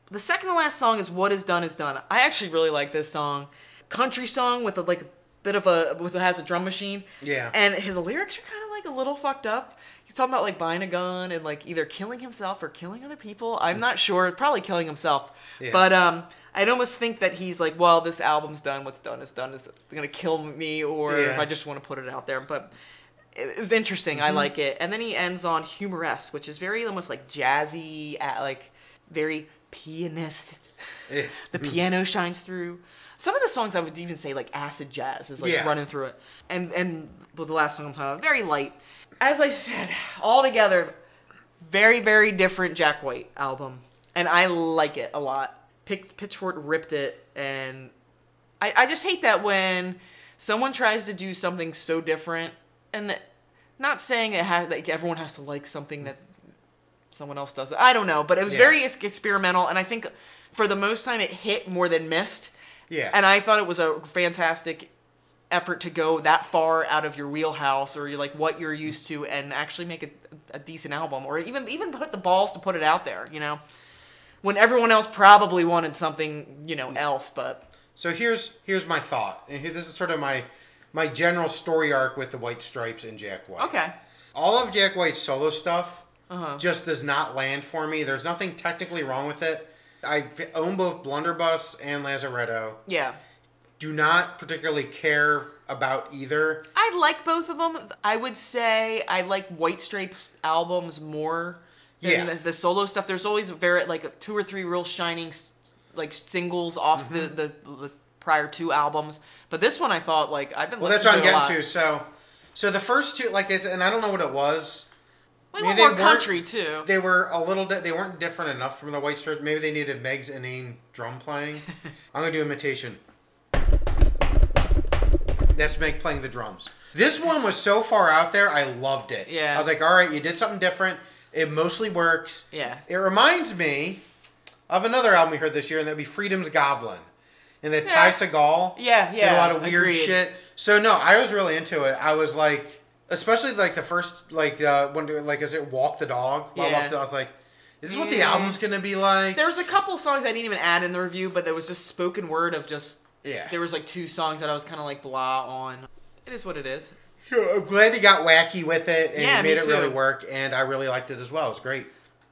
S2: the second to last song is "What Is Done Is Done." I actually really like this song, country song with a like a bit of a with it has a drum machine.
S1: Yeah.
S2: and his lyrics are kind of like a little fucked up. He's talking about like buying a gun and like either killing himself or killing other people. I'm not sure. Probably killing himself.
S1: Yeah.
S2: But um, I'd almost think that he's like, well, this album's done. What's done is done. It's gonna kill me, or
S1: Yeah.
S2: I just want to put it out there. But it, it was interesting. I like it. And then he ends on humorous, which is very almost like jazzy, uh, like very pianist. the piano shines through. Some of the songs I would even say like acid jazz is like
S1: Yeah.
S2: running through it. And and with the last song I'm talking about, very light. As I said, all together, very very different Jack White album, and I like it a lot. Pitch, Pitchfork ripped it, and I, I just hate that when someone tries to do something so different, and not saying it has like everyone has to like something that someone else does. I don't know, but it was
S1: Yeah.
S2: very ex- experimental, and I think for the most time it hit more than missed.
S1: Yeah.
S2: and I thought it was a fantastic effort to go that far out of your wheelhouse or you're like what you're used to and actually make a, a decent album or even even put the balls to put it out there you know when everyone else probably wanted something you
S1: Mm.
S2: know else but
S1: So here's here's my thought, and here, this is sort of my my general story arc with the White Stripes and Jack White.
S2: okay Uh-huh.
S1: all of Jack White's solo stuff just does not land for me. There's nothing technically wrong with it. I own both Blunderbuss and Lazaretto.
S2: yeah
S1: Do not particularly care about either.
S2: i like both of them i would say i like white stripes albums more Then
S1: Yeah.
S2: the, the solo stuff, there's always very like two or three real shining s- like singles off
S1: Mm-hmm.
S2: the, the the prior two albums. But this one, I thought like I've been
S1: Well, that's
S2: listening
S1: what I'm
S2: to it a lot.
S1: getting to. So, so the first two, like, is and I don't know what it was.
S2: We
S1: I mean,
S2: want
S1: they
S2: more
S1: weren't-
S2: country too.
S1: They were a little. Di- they weren't different enough from the White Stripes. Maybe they needed Meg's inane drum playing. I'm gonna do imitation. That's Meg playing the drums. This one was so far out there. I loved it.
S2: Yeah.
S1: I was like, all right, you did something different. It mostly works.
S2: Yeah.
S1: It reminds me of another album we heard this year, and that'd be Freedom's Goblin, and that
S2: Yeah.
S1: Ty Segall.
S2: Yeah,
S1: did a
S2: yeah,
S1: lot of weird
S2: agreed.
S1: shit. So no, I was really into it. I was like, especially like the first like uh, when like is it Walk the Dog? While I
S2: Yeah.
S1: walked the- I was like, is this what the
S2: Yeah.
S1: album's gonna be like?
S2: There was a couple songs I didn't even add in the review, but there was just spoken word of just
S1: Yeah.
S2: There was like two songs that I was kind of like blah on. It is what it is.
S1: I'm glad he got wacky with it and
S2: Yeah,
S1: he made
S2: me
S1: it really
S2: too.
S1: work, and I really liked it as well. It's great.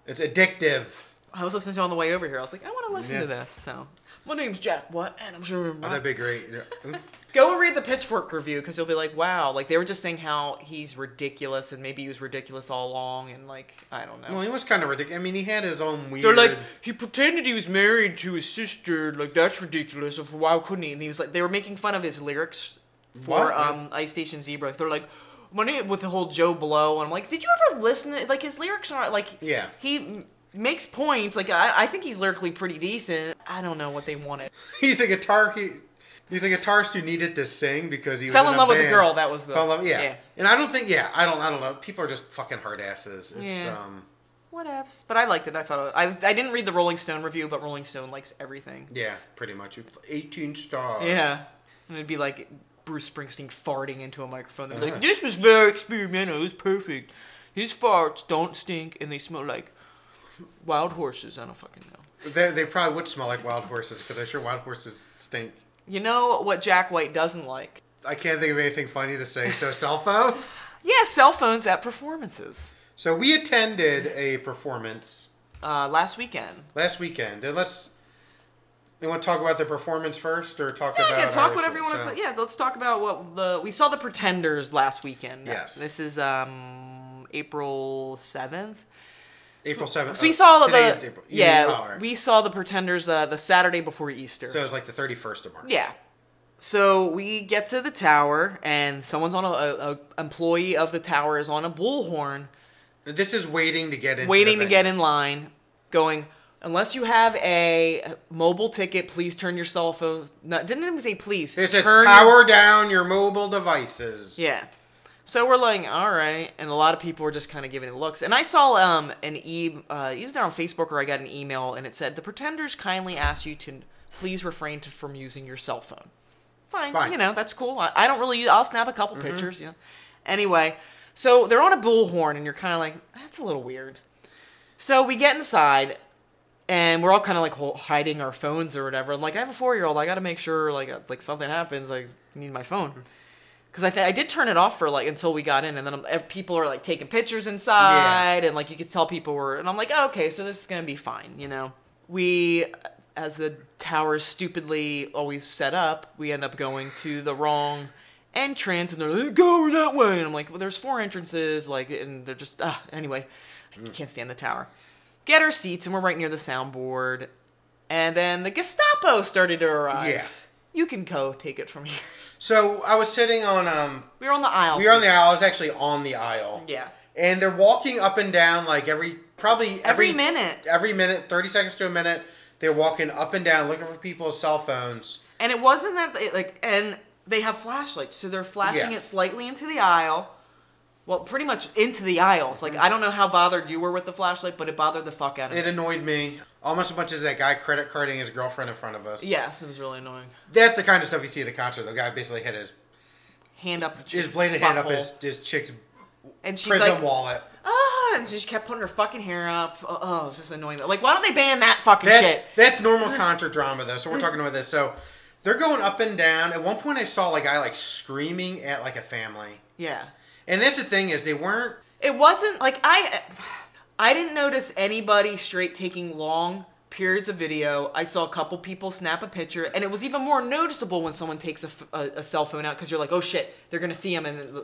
S1: It's addictive.
S2: I was listening to it on the way over here. I was like, I want to listen
S1: Yeah.
S2: to this. So my name's Jack. What? And I'm sure.
S1: Oh, that'd be great. Yeah.
S2: Go and read the Pitchfork review because you'll be like, wow. Like they were just saying how he's ridiculous and maybe he was ridiculous all along and like I don't know.
S1: well, he was kind of ridiculous. I mean, he had his own weird.
S2: They're like, he pretended he was married to his sister. Like, that's ridiculous. Of why couldn't he? And he was like, they were making fun of his lyrics for
S1: What?
S2: um, Ice Station Zebra. They're like, when he, with the whole Joe Blow, and I'm like, did you ever listen? To, like, his lyrics aren't like,
S1: Yeah.
S2: he m- makes points. Like, I, I think he's lyrically pretty decent. I don't know what they wanted.
S1: he's a guitar he he's a guitarist who needed to sing because he
S2: Fell
S1: was
S2: in
S1: a
S2: love with a
S1: band.
S2: girl, that was the-
S1: fell in love yeah.
S2: yeah.
S1: and I don't think yeah I don't I don't know people are just fucking hard asses it's
S2: Yeah.
S1: um
S2: Whatevs. But I liked it. I thought it was, I I didn't read the Rolling Stone review, but Rolling Stone likes everything.
S1: yeah pretty much It's eighteen stars
S2: Yeah. And it'd be like Bruce Springsteen farting into a microphone. They'd be
S1: Uh-huh.
S2: like, this was very experimental. It was perfect. His farts don't stink and they smell like wild horses. I don't fucking know.
S1: they, they probably would smell like wild horses because I'm sure wild horses stink
S2: You know what Jack White doesn't like?
S1: I can't think of anything funny to say so cell phones
S2: Yeah, cell phones at performances.
S1: so we attended a performance
S2: Uh, last weekend.
S1: last weekend and let's you want to talk about the performance first or talk
S2: Yeah,
S1: about
S2: yeah, talk
S1: our
S2: whatever you
S1: issue?
S2: want
S1: So-
S2: to. Yeah, let's talk about what the we saw the Pretenders last weekend.
S1: Yes.
S2: This is um April seventh.
S1: April seventh Oh,
S2: So we saw
S1: today is
S2: the
S1: Uh, April. You-
S2: yeah
S1: oh, all right.
S2: we saw the Pretenders uh, the Saturday before Easter.
S1: so it was like the thirty first of March
S2: Yeah. So we get to the tower, and someone's on a, a, a employee of the tower is on a bullhorn,
S1: This is waiting to get in.
S2: waiting to get in line, going. Unless you have a mobile ticket, please turn your cell phone. No, didn't even say please.
S1: It said
S2: turn your-
S1: power down your mobile devices.
S2: Yeah. So we're like, all right, and a lot of people were just kind of giving it looks. And I saw um an e uh, either on Facebook or I got an email, and it said the Pretenders kindly ask you to please refrain to, from using your cell phone. Fine,
S1: Fine.
S2: you know that's cool. I, I don't really. use- I'll snap a couple pictures, you know. Anyway, so they're on a bullhorn, and you're kind of like, that's a little weird. So we get inside, and we're all kind of like ho- hiding our phones or whatever. I'm like, I have a four year old. I got to make sure like uh, like something happens. I need my phone because I th- I did turn it off for like until we got in, and then I'm, ev- people are like taking pictures inside, and like you could tell people were, and I'm like, oh, okay, so this is gonna be fine, you know. We, as the tower is stupidly always set up, we end up going to the wrong entrance, and they're like, go that way, and I'm like, well, there's four entrances, like, and they're just ah, anyway, I can't stand the tower. Get our seats, and we're right near the soundboard, and then the Gestapo started to arrive.
S1: Yeah.
S2: You can go take it from here.
S1: So I was sitting on um
S2: We were on the aisle.
S1: we were on the aisle, I was actually on the aisle.
S2: Yeah.
S1: And they're walking up and down like every probably every,
S2: Every minute.
S1: Every minute, thirty seconds to a minute, they're walking up and down looking for people's cell phones.
S2: And it wasn't that it, like, and they have flashlights, so they're flashing
S1: Yeah.
S2: it slightly into the aisle. Well, pretty much into the aisles. Like, I don't know how bothered you were with the flashlight, but it bothered the fuck out of
S1: It
S2: me.
S1: annoyed me almost as much as that guy credit carding his girlfriend in front of us.
S2: Yes, it was really annoying.
S1: That's the kind of stuff you see at a concert. The guy basically had his
S2: Hand up the
S1: his
S2: chick's
S1: bladed hand up
S2: butthole.
S1: his, his chick's
S2: and she's
S1: prison
S2: like,
S1: wallet.
S2: ah, and she just kept putting her fucking hair up. Oh, oh, it was just annoying. Like, why don't they ban that fucking
S1: That's
S2: shit?
S1: that's normal concert drama though. So we're talking about this. So they're going up and down. At one point, I saw a guy like screaming at like a family.
S2: Yeah.
S1: And that's the thing is they weren't.
S2: It wasn't like I I didn't notice anybody straight taking long periods of video. I saw a couple people snap a picture and it was even more noticeable when someone takes a, f- a- a cell phone out cuz you're like, "Oh shit, they're going to see him." And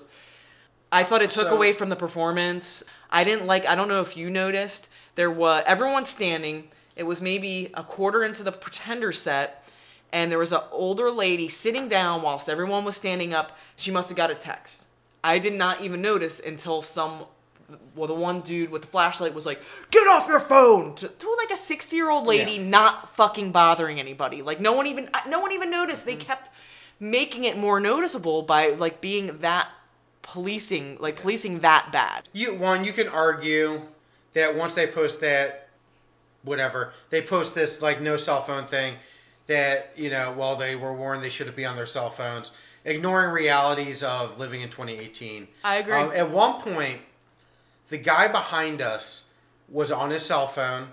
S2: I thought it took
S1: So-
S2: away from the performance. I didn't like. I don't know if you noticed. There was everyone standing. It was maybe a quarter into the Pretender set, and there was an older lady sitting down whilst everyone was standing up. She must have got a text. I did not even notice until some, well, the one dude with the flashlight was like, "Get off your phone!" to, to like a sixty-year-old lady,
S1: Yeah.
S2: not fucking bothering anybody. Like no one even, no one even noticed.
S1: Mm-hmm.
S2: They kept making it more noticeable by like being that policing like policing that bad.
S1: You one, you can argue that once they post that, whatever they post this like no cell phone thing, that you know, well they were warned they shouldn't be on their cell phones, ignoring realities of living in 2018.
S2: I agree.
S1: Um, at one point, the guy behind us was on his cell phone,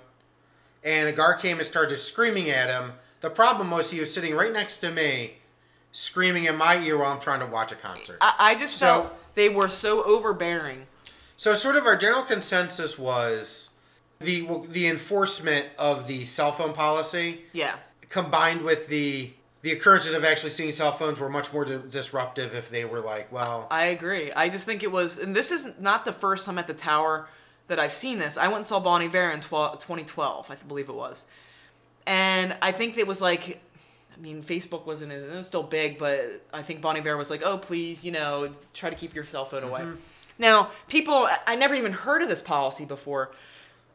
S1: and a guard came and started screaming at him. The problem was he was sitting right next to me, screaming in my ear while I'm trying to watch a concert.
S2: I, I just
S1: So-
S2: felt they were so overbearing.
S1: So, sort of our general consensus was the the enforcement of the cell phone policy,
S2: Yeah.
S1: combined with the the occurrences of actually seeing cell phones, were much more di- disruptive if they were like, well,
S2: I agree. I just think it was, and this is not the first time at the tower that I've seen this. I went and saw Bon Iver in 12, 2012, I believe it was, and I think it was like, I mean, Facebook wasn't it was still big, but I think Bon Iver was like, oh please, you know, try to keep your cell phone away. Now, people, I- I never even heard of this policy before,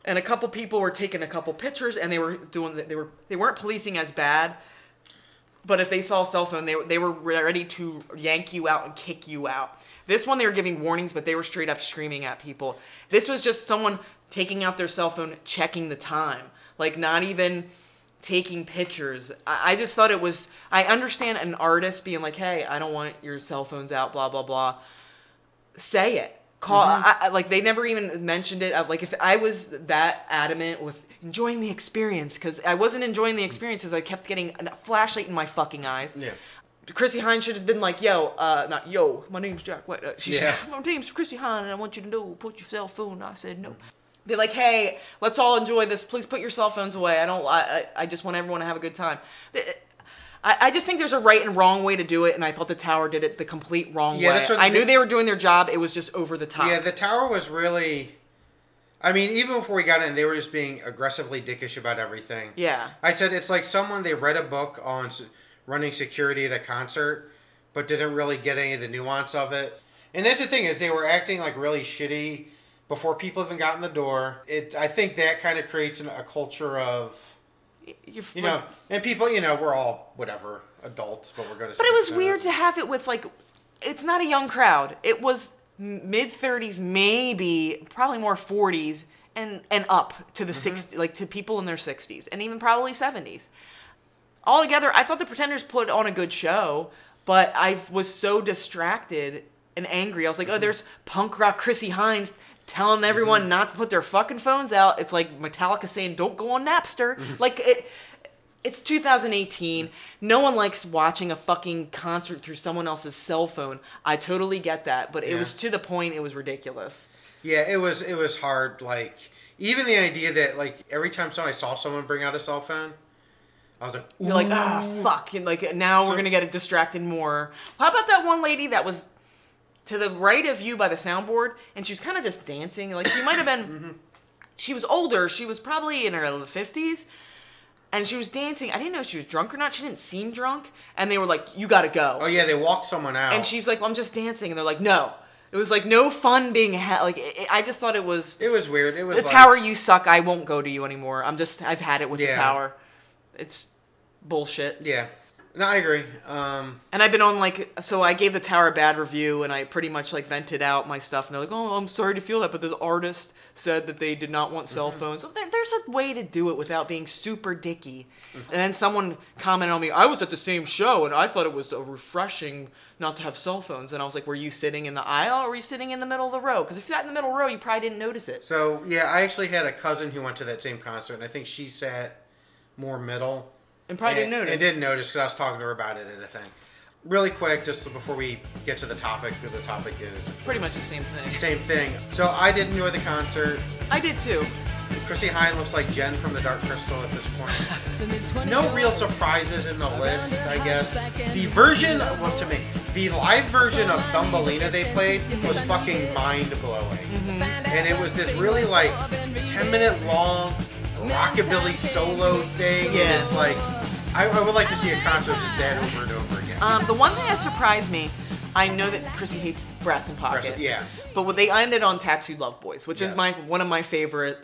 S2: and a couple people were taking a couple pictures, and they were doing, the- they were they weren't policing as bad. But if they saw a cell phone, they, they were ready to yank you out and kick you out. This one, they were giving warnings, but they were straight up screaming at people. This was just someone taking out their cell phone, checking the time, like not even taking pictures. I, I just thought it was, I understand an artist being like, hey, I don't want your cell phones out, blah, blah, blah say it. Call I, I, like they never even mentioned it. Uh, Like if I was that adamant with enjoying the experience, because I wasn't enjoying the experience, as I kept getting a flashlight in my fucking eyes.
S1: yeah,
S2: Chrissy Hines should have been like, "Yo, uh, not yo. My name's Jack White. Uh, she
S1: Yeah.
S2: said, my name's Chrissy Hines, and I want you to know. Put your cell phone." I said no. Be like, "Hey, let's all enjoy this. Please put your cell phones away. I don't. I, I, I just want everyone to have a good time." Th- I, I just think there's a right and wrong way to do it, and I thought the tower did it the complete wrong
S1: Yeah,
S2: way.
S1: that's what-
S2: I knew they were doing their job. It was just over the top.
S1: yeah. The tower was really, I mean, even before we got in, they were just being aggressively dickish about everything.
S2: Yeah.
S1: I said it's like someone they read a book on s- running security at a concert, but didn't really get any of the nuance of it. And that's the thing is they were acting like really shitty before people even got in the door. It I think that kind of creates an, a culture of
S2: You're
S1: you
S2: like-
S1: know, and people you know we're all whatever adults, but uh, we're going to.
S2: But it was weird to have it with like, it's not a young crowd. It was mid thirties, maybe probably more forties and and up to the 60s, like to people in their sixties and even probably seventies. Altogether, I thought the Pretenders put on a good show, but I was so distracted and angry. I was like, oh, there's punk rock Chrissy Hines telling everyone not to put their fucking phones out. It's like Metallica saying, don't go on Napster. Like it it's 2018. No one likes watching a fucking concert through someone else's cell phone. I totally get that, but it
S1: Yeah.
S2: was to the point. It was ridiculous.
S1: Yeah, it was it was hard. Like even the idea that like every time somebody saw someone bring out a cell phone, I was like, Ooh.
S2: You're like, ah, fuck. And like now we're gonna get distracted more. How about that one lady that was to the right of you by the soundboard, and she was kind of just dancing. Like she might have been.
S1: Mm-hmm.
S2: She was older. She was probably in her fifties. And she was dancing. I didn't know if she was drunk or not. She didn't seem drunk. And they were like, "You gotta go."
S1: oh yeah, they walked someone out.
S2: and she's like, well, "I'm just dancing," and they're like, "No." It was like no fun being ha- like. It, it- I just thought it was
S1: It was weird. It was
S2: the
S1: like,
S2: tower. You suck. I won't go to you anymore. I'm just. I've had it with the
S1: Yeah.
S2: tower. It's bullshit.
S1: Yeah. No, I agree. Um,
S2: And I've been on like so I gave the tower a bad review and I pretty much like vented out my stuff and they're like, Oh, I'm sorry to feel that, but the artist said that they did not want cell phones. So there, there's a way to do it without being super dicky. And then someone commented on me, I was at the same show and I thought it was uh, refreshing not to have cell phones. And I was like, Were you sitting in the aisle or were you sitting in the middle of the row? Because if you sat in the middle row, you probably didn't notice it.
S1: so yeah, I actually had a cousin who went to that same concert, and I think she sat more middle.
S2: And probably
S1: and,
S2: didn't notice.
S1: And didn't notice because I was talking to her about it at a thing. Really quick, just before we get to the topic, because the topic is
S2: Pretty much the same thing.
S1: same thing. So I did enjoy the concert.
S2: I did too.
S1: Chrissy Hine looks like Jen from The Dark Crystal at this point. No real surprises in the list, I guess. The version, well, to me, the live version of Thumbelina they played was fucking mind blowing. And it was this really like 10 minute long rockabilly solo thing. And
S2: Yeah.
S1: it's like, I, I would like to see a concert just that over and over again.
S2: Um, the one thing that surprised me, I know that Chrissy hates Brass and Pocket.
S1: Brass- yeah.
S2: But what they ended on Tattooed Love Boys, which
S1: Yes.
S2: is my one of my favorite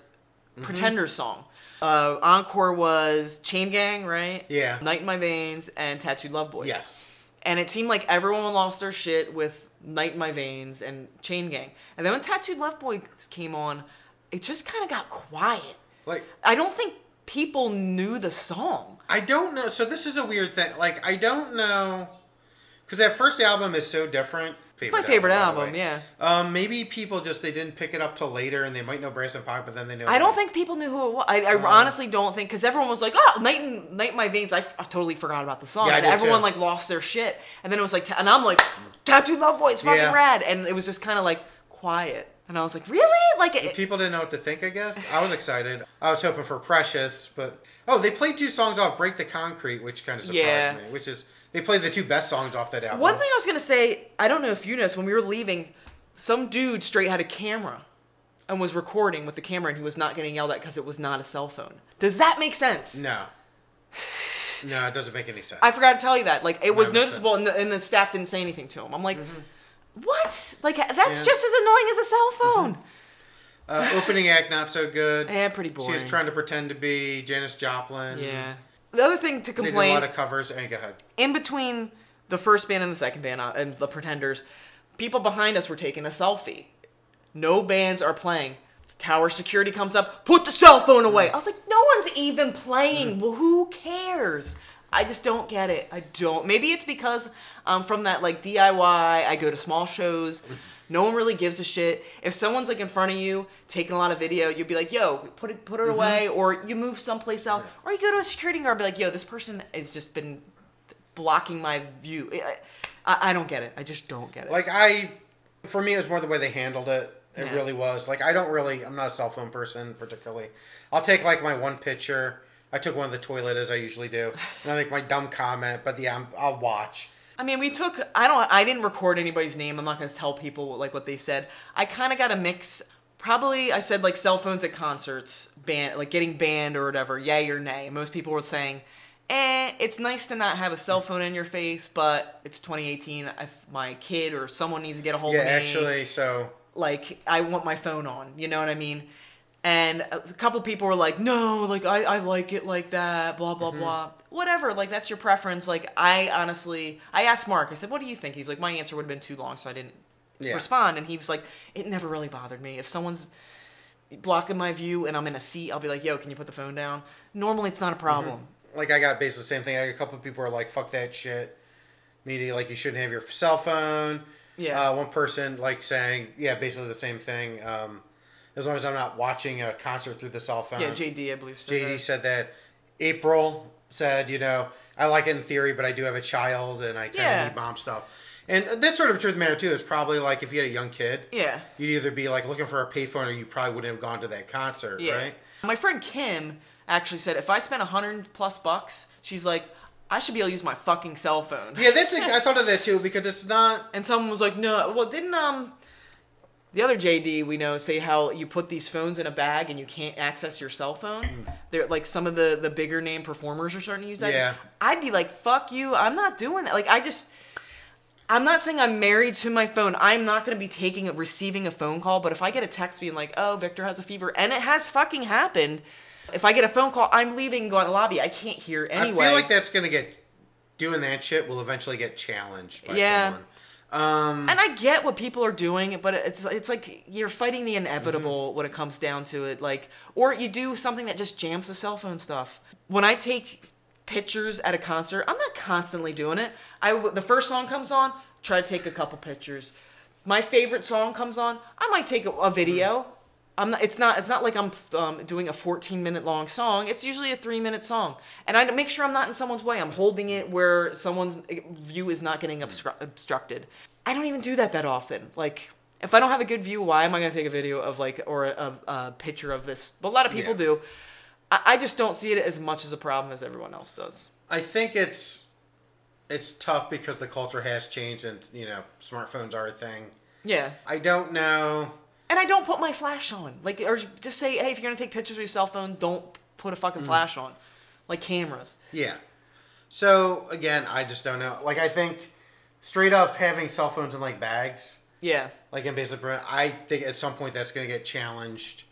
S2: Pretender song. Uh, encore was Chain Gang, right?
S1: Yeah.
S2: Night in My Veins and Tattooed Love Boys.
S1: yes.
S2: And it seemed like everyone lost their shit with Night in My Veins and Chain Gang. And then when Tattooed Love Boys came on, it just kind of got quiet.
S1: Like,
S2: I don't think people knew the song.
S1: I don't know. So this is a weird thing. Like I don't know, because that first album is so different. Favorite
S2: My favorite
S1: by
S2: album,
S1: the way.
S2: yeah.
S1: Um, maybe people just they didn't pick it up till later, and they might know Brass and Pock, but then they know.
S2: I don't think people knew who it was. I,
S1: Uh-huh.
S2: I honestly don't think because everyone was like, "Oh, night in night in my veins." I, f- I totally forgot about the song.
S1: Yeah, I
S2: and
S1: did
S2: everyone
S1: too.
S2: like lost their shit, and then it was like, ta- and I'm like, "Tattoo Love Boy is fucking
S1: Yeah.
S2: rad," and it was just kind of like quiet, and I was like, "Really?" Like, it,
S1: people didn't know what to think. I guess I was excited. I was hoping for Precious, but oh, they played two songs off "Break the Concrete," which kind of surprised
S2: Yeah.
S1: me. Which is they played the two best songs off that album.
S2: one thing I was gonna say, I don't know if you noticed when we were leaving, some dude straight had a camera and was recording with the camera, and he was not getting yelled at because it was not a cell phone. Does that make sense?
S1: No. No, it doesn't make any sense.
S2: I forgot to tell you that. Like, it was
S1: Never said.
S2: noticeable, and the, and the staff didn't say anything to him. I'm like, what? Like, that's
S1: Mm-hmm. Yeah. Mm-hmm.
S2: just as annoying as a cell phone.
S1: Uh, opening act not so good.
S2: Yeah, Eh, pretty
S1: She's
S2: boring.
S1: trying to pretend to be Janis Joplin.
S2: Yeah. The other thing to
S1: They did a
S2: complain
S1: lot of covers. And go ahead.
S2: in between the first band and the second band uh, and the Pretenders, people behind us were taking a selfie. No bands are playing. Tower security comes up, put the cell phone away. I was like, no one's even playing. Well, who cares? I just don't get it. I don't. Maybe it's because I'm from that like DIY. I go to small shows. No one really gives a shit. If someone's like in front of you taking a lot of video, you'd be like, "Yo, put it, put it away," or you move someplace else, or you go to a security guard, and be like, "Yo, this person has just been blocking my view. I, I, I don't get it. I just don't get it.
S1: Like I, for me, it was more the way they handled it. It
S2: Yeah.
S1: really was. Like I don't really. I'm not a cell phone person particularly. I'll take like my one picture. I took one of the toilet as I usually do, and I make my dumb comment. But yeah, I'm, I'll watch.
S2: I mean, we took. I don't. I didn't record anybody's name. I'm not gonna tell people like what they said. I kind of got a mix. Probably I said like cell phones at concerts, ban like getting banned or whatever. Yay or nay. Most people were saying, "Eh, it's nice to not have a cell phone in your face, but it's 2018. If my kid or someone needs to get a hold
S1: Yeah,
S2: of me,
S1: actually, so
S2: like I want my phone on. You know what I mean? And a couple people were like, "No, like I, I like it like that." Blah blah blah. Whatever. Like that's your preference. Like I honestly, I asked Mark. I said, "What do you think?" He's like, "My answer would have been too long, so I didn't
S1: Yeah.
S2: respond." And he was like, "It never really bothered me. If someone's blocking my view and I'm in a seat, I'll be like, "Yo, can you put the phone down?" Normally, it's not a problem.
S1: like I got basically the same thing. I got a couple of people who are like, "Fuck that shit." Meaning, like you shouldn't have your cell phone.
S2: Yeah.
S1: Uh, one person like saying, yeah, basically the same thing. Um, as long as I'm not watching a concert through the cell phone.
S2: Yeah, JD, I believe. said
S1: JD
S2: that.
S1: said that April said, you know, I like it in theory, but I do have a child and I kind of
S2: Yeah.
S1: need mom stuff. And that's sort of truth of the matter too. Is probably like if you had a young kid,
S2: Yeah.
S1: you'd either be like looking for a payphone or you probably wouldn't have gone to that concert,
S2: Yeah.
S1: right?
S2: My friend Kim actually said if I spent a hundred plus bucks, she's like, I should be able to use my fucking cell phone.
S1: Yeah, that's. A, I thought of that too because it's not.
S2: And someone was like, No, well didn't um the other JD we know say how you put these phones in a bag and you can't access your cell phone.
S1: Hmm.
S2: They're like some of the the bigger name performers are starting to use that.
S1: Yeah.
S2: I'd be like, fuck you, I'm not doing that. Like I just I'm not saying I'm married to my phone. I'm not going to be taking a, receiving a phone call, but if I get a text being like, "Oh, Victor has a fever," and it has fucking happened, if I get a phone call, I'm leaving, and going to the lobby. I can't hear anyway.
S1: I feel like that's gonna get doing that shit will eventually get challenged by
S2: Yeah.
S1: someone.
S2: And I get what people are doing, but it's it's like you're fighting the inevitable when it comes down to it. Like, or you do something that just jams the cell phone stuff. When I take pictures at a concert, I'm not constantly doing it. I w- the first song comes on, try to take a couple pictures. My favorite song comes on, I might take a, a video. I'm not, it's not it's not like I'm um, doing a 14 minute long song. It's usually a three minute song, and I make sure I'm not in someone's way. I'm holding it eh, where someone's view is not getting obstru- obstructed. I don't even do that that often. Like if I don't have a good view, why am I going to take a video of like or a, a, a picture of this? But a lot of people
S1: Yeah.
S2: do. I, I just don't see it as much as a problem as everyone else does.
S1: I think it's it's tough because the culture has changed and you know smartphones are a thing.
S2: Yeah.
S1: I don't know.
S2: And I don't put my flash on. Like, or just say, hey, if you're gonna take pictures with your cell phone, don't put a fucking flash on, like cameras.
S1: Yeah. So again, I just don't know. Like I think straight up having cell phones in like bags,
S2: Yeah,
S1: like in basic brand, I think at some point that's going to get challenged,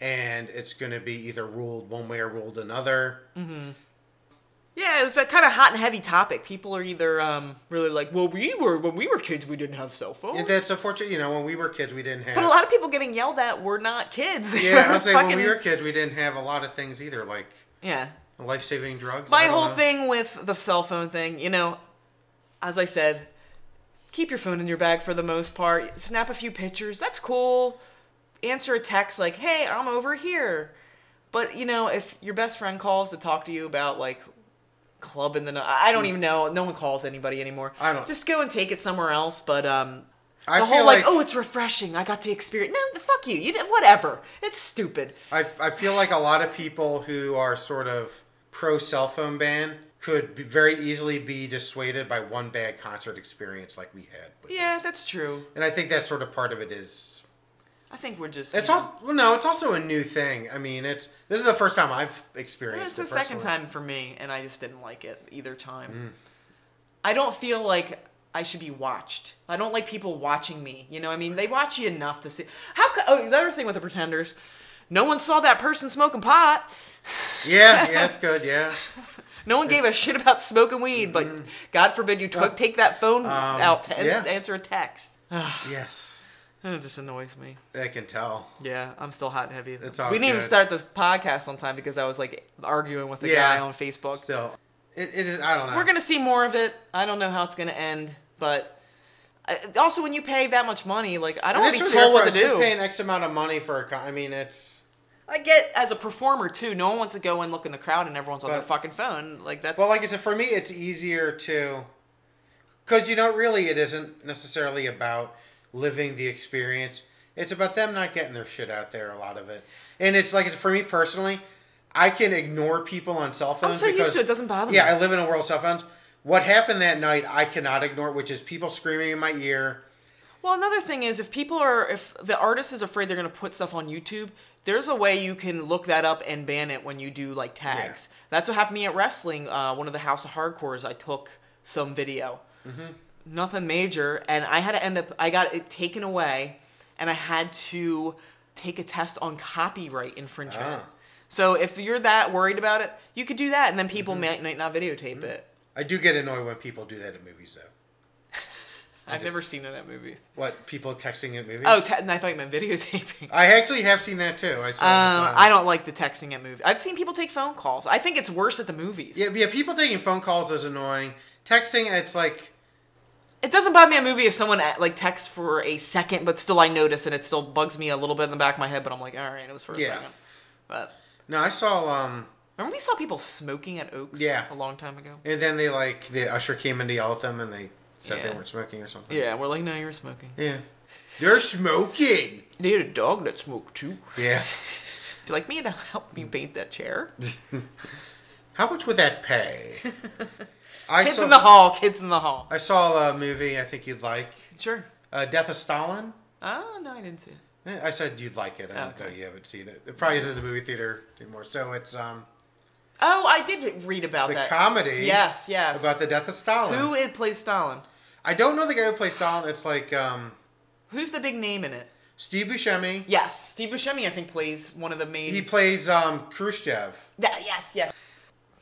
S1: and it's going to be either ruled one way or ruled another.
S2: yeah. It's a kind of hot and heavy topic. People are either um, really like, well, we were when we were kids, we didn't have cell phones.
S1: And that's unfortunate. You know, when we were kids, we didn't have.
S2: Mm-hmm. but a lot of people getting yelled at were not kids. They
S1: yeah,
S2: were
S1: I'd say when we
S2: fucking-
S1: were kids, we didn't have a lot of things either, like
S2: Yeah.
S1: life saving drugs. I
S2: My
S1: don't
S2: whole
S1: know.
S2: thing with the cell phone thing, you know, as I said, keep your phone in your bag for the most part. Snap a few pictures. That's cool. Answer a text like, "Hey, I'm over here." But, you know, if your best friend calls to talk to you about like club in the night, I don't even know. No one calls anybody anymore.
S1: Mm. I don't-
S2: Just go and take it somewhere else, but um
S1: I
S2: the
S1: feel
S2: whole like,
S1: like-
S2: oh, it's refreshing. I got to experience. No, fuck you. You did whatever. It's stupid.
S1: I, I feel like a lot of people who are sort of pro cell phone ban could be very easily be dissuaded by one bad concert experience like we had. with
S2: Yeah,
S1: this.
S2: that's true.
S1: and I think that's sort of part of it is
S2: I think we're just
S1: it's
S2: you know,
S1: also well, no, it's also a new thing. I mean, it's this is the first time I've experienced.
S2: This is the
S1: it
S2: second
S1: personally.
S2: time for me, and I just didn't like it either time.
S1: Mm.
S2: I don't feel like I should be watched. I don't like people watching me. You know, what I mean, they watch you enough to see. How? Co- oh, the other thing with the Pretenders, no one saw that person smoking pot.
S1: Yeah, yeah, it's good. Yeah,
S2: No one gave a shit about smoking weed. But God forbid you tw- take that phone out to an-
S1: Mm-hmm. um, yeah.
S2: answer a text.
S1: yes,
S2: It just annoys me.
S1: I can tell.
S2: Yeah, I'm still hot and heavy.
S1: It's all
S2: we didn't even
S1: good.
S2: start the podcast on time because I was like arguing with the
S1: Yeah.
S2: guy on Facebook.
S1: Still, it, it is. I don't know.
S2: We're gonna see more of it. I don't know how it's gonna end, but uh, also when you pay that much money, like I don't
S1: And
S2: want
S1: that's
S2: to be
S1: where the
S2: told what to
S1: airports-
S2: do.
S1: You're paying X amount of money for a. Con- I mean, it's.
S2: I get as a performer too. No one wants to go and look in the crowd and everyone's on their
S1: But-
S2: fucking phone. Like that's
S1: Well, like I said, for me, it's easier to, because you know, really, it isn't necessarily about living the experience. It's about them not getting their shit out there. A lot of it, and it's like it's for me personally, I can ignore people on cell phones.
S2: so used
S1: because,
S2: to it, it doesn't bother me.
S1: Yeah, I live in a world of cell phones. What happened that night, I cannot ignore, which is people screaming in my ear.
S2: well. Another thing is if people are if the artist is afraid they're gonna put stuff on YouTube, there's a way you can look that up and ban it when you do like tags. That's what happened to me at wrestling. Uh, one of the House of Hardcores, I took some video.
S1: Mm-hmm.
S2: nothing major and i had to end up i got it taken away and i had to take a test on copyright infringement
S1: Ah.
S2: so if you're that worried about it you could do that and then people
S1: Mm-hmm.
S2: might, might not videotape it
S1: I do get annoyed when people do that at movies, though.
S2: i've
S1: just-
S2: never seen it at movies
S1: What people texting at movies?
S2: oh te- and i thought you meant videotaping
S1: I actually have seen that too. I saw.
S2: um, I don't like the texting at movies. I've seen people take phone calls. I think it's worse at the movies.
S1: Yeah, yeah. People taking phone calls is annoying. Texting, it's like.
S2: It doesn't bother me at a movie if someone uh, like texts for a second, but still I notice and it still bugs me a little bit in the back of my head. But I'm like, all right, it was for a
S1: Yeah.
S2: second. But
S1: No, I saw um
S2: Remember we saw people smoking at Oaks
S1: Yeah.
S2: a long time ago?
S1: and then they like the usher came in to yell at them and they said
S2: Yeah.
S1: they weren't smoking or something.
S2: Yeah, we're like, no, you were smoking.
S1: Yeah. They're smoking.
S2: They had a dog that smoked too.
S1: Yeah.
S2: Would you like me to help me paint that chair?
S1: How much would that pay? I
S2: Kids
S1: saw
S2: in the hall, kids in the hall.
S1: I saw a movie I think you'd like.
S2: Sure.
S1: Uh, Death of Stalin.
S2: Oh, no, I didn't see it.
S1: Eh, I said you'd like it. I don't
S2: Okay.
S1: know you haven't seen it. It probably is in the movie theater anymore. So it's um
S2: Oh, I did read about
S1: it's a
S2: that.
S1: comedy
S2: Yes, yes.
S1: about the death of Stalin.
S2: Who it plays Stalin?
S1: I don't know the guy who plays Stalin. It's like um
S2: Who's the big name in it?
S1: Steve Buscemi.
S2: Yes, Steve Buscemi, I think, plays one of the main.
S1: He plays um Khrushchev.
S2: That- yes, yes.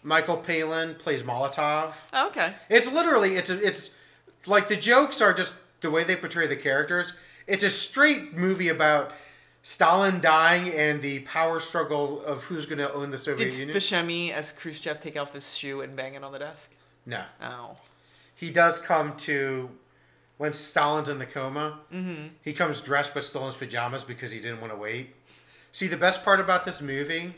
S1: Michael Palin plays Molotov.
S2: Oh, okay.
S1: It's literally it's a, it's like the jokes are just the way they portray the characters. It's a straight movie about Stalin dying and the power struggle of who's going to own the
S2: Did
S1: Soviet Union.
S2: Buscemi, as Khrushchev, take off his shoe and bang it on the desk?
S1: no,
S2: Oh.
S1: he does come to when Stalin's in the coma. Mm-hmm. He comes dressed but still in his pajamas because he didn't want to wait. See, the best part about this movie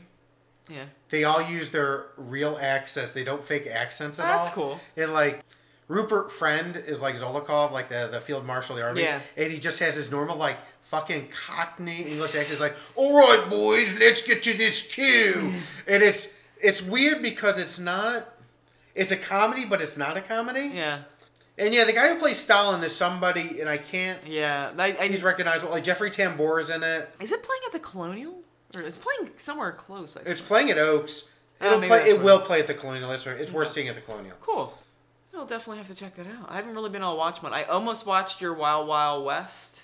S2: Yeah.
S1: they all use their real accents. They don't fake accents at all.
S2: Oh, That's cool.
S1: And like Rupert Friend is like Zolokov, like the, the field marshal of the army.
S2: Yeah.
S1: And he just has his normal, like, fucking cockney English accent. He's like, all right, boys, let's get to this queue. and it's it's weird because it's not. It's a comedy, but it's not a comedy.
S2: Yeah.
S1: And yeah, the guy who plays Stalin is somebody, and I can't.
S2: Yeah. I, I,
S1: He's recognizable. Like, Jeffrey Tambor is in it.
S2: is it playing at the Colonial? Or it's playing somewhere close, I think.
S1: It's playing at Oaks.
S2: Oh,
S1: It'll
S2: maybe
S1: play.
S2: that's
S1: It
S2: what-
S1: will play at the Colonial. That's right. It's worth seeing at the Colonial.
S2: Cool. I'll definitely have to check that out. I haven't really been on a watch one. I almost watched your Wild Wild West.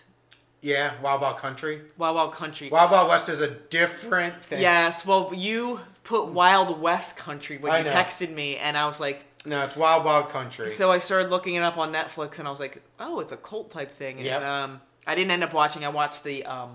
S1: Yeah, Wild Wild Country.
S2: Wild Wild Country.
S1: Wild Wild West is a different thing.
S2: Yes, well, you put Wild West Country when
S1: I
S2: you
S1: know.
S2: texted me, and I was like,
S1: No, it's Wild Wild Country.
S2: so I started looking it up on Netflix, and I was like, oh, it's a cult type thing.
S1: Yep.
S2: And um, I didn't end up watching. I watched the um,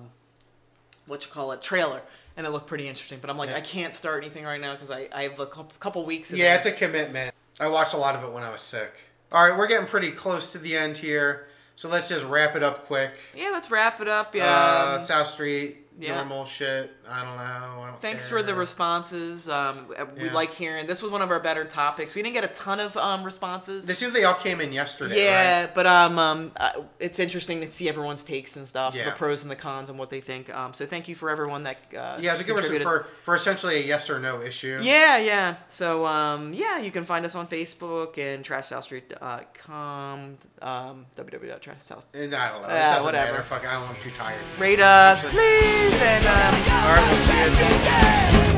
S2: what you call it trailer, and it looked pretty interesting. But I'm like,
S1: Yeah.
S2: I can't start anything right now because I, I have a cou- couple weeks. in
S1: yeah,
S2: there.
S1: it's a commitment. I watched a lot of it when I was sick. All right, we're getting pretty close to the end here, so let's just wrap it up quick.
S2: yeah. Let's wrap it up. Um, Yeah.
S1: uh, South Street,
S2: yeah.
S1: normal shit. I don't know. I don't
S2: Thanks
S1: care.
S2: for the responses. Um, we
S1: Yeah.
S2: like hearing. This was one of our better topics. We didn't get a ton of um, responses.
S1: They seem they all came in yesterday.
S2: yeah,
S1: right?
S2: but um, um, uh, it's interesting to see everyone's takes and stuff,
S1: Yeah.
S2: the pros and the cons, and what they think. Um, so thank you for everyone that. Uh,
S1: Yeah, it's a good one
S2: contributed.
S1: for for essentially a yes or no issue.
S2: Yeah, yeah. So, um, yeah, you can find us on Facebook and trashsouthstreet.com, um, www.trashsouth.
S1: And I don't know. It
S2: Yeah,
S1: doesn't
S2: whatever.
S1: matter. Fuck, I don't know. I'm too tired.
S2: Rate us, please, and um,
S1: All right, we'll see you.
S3: Today.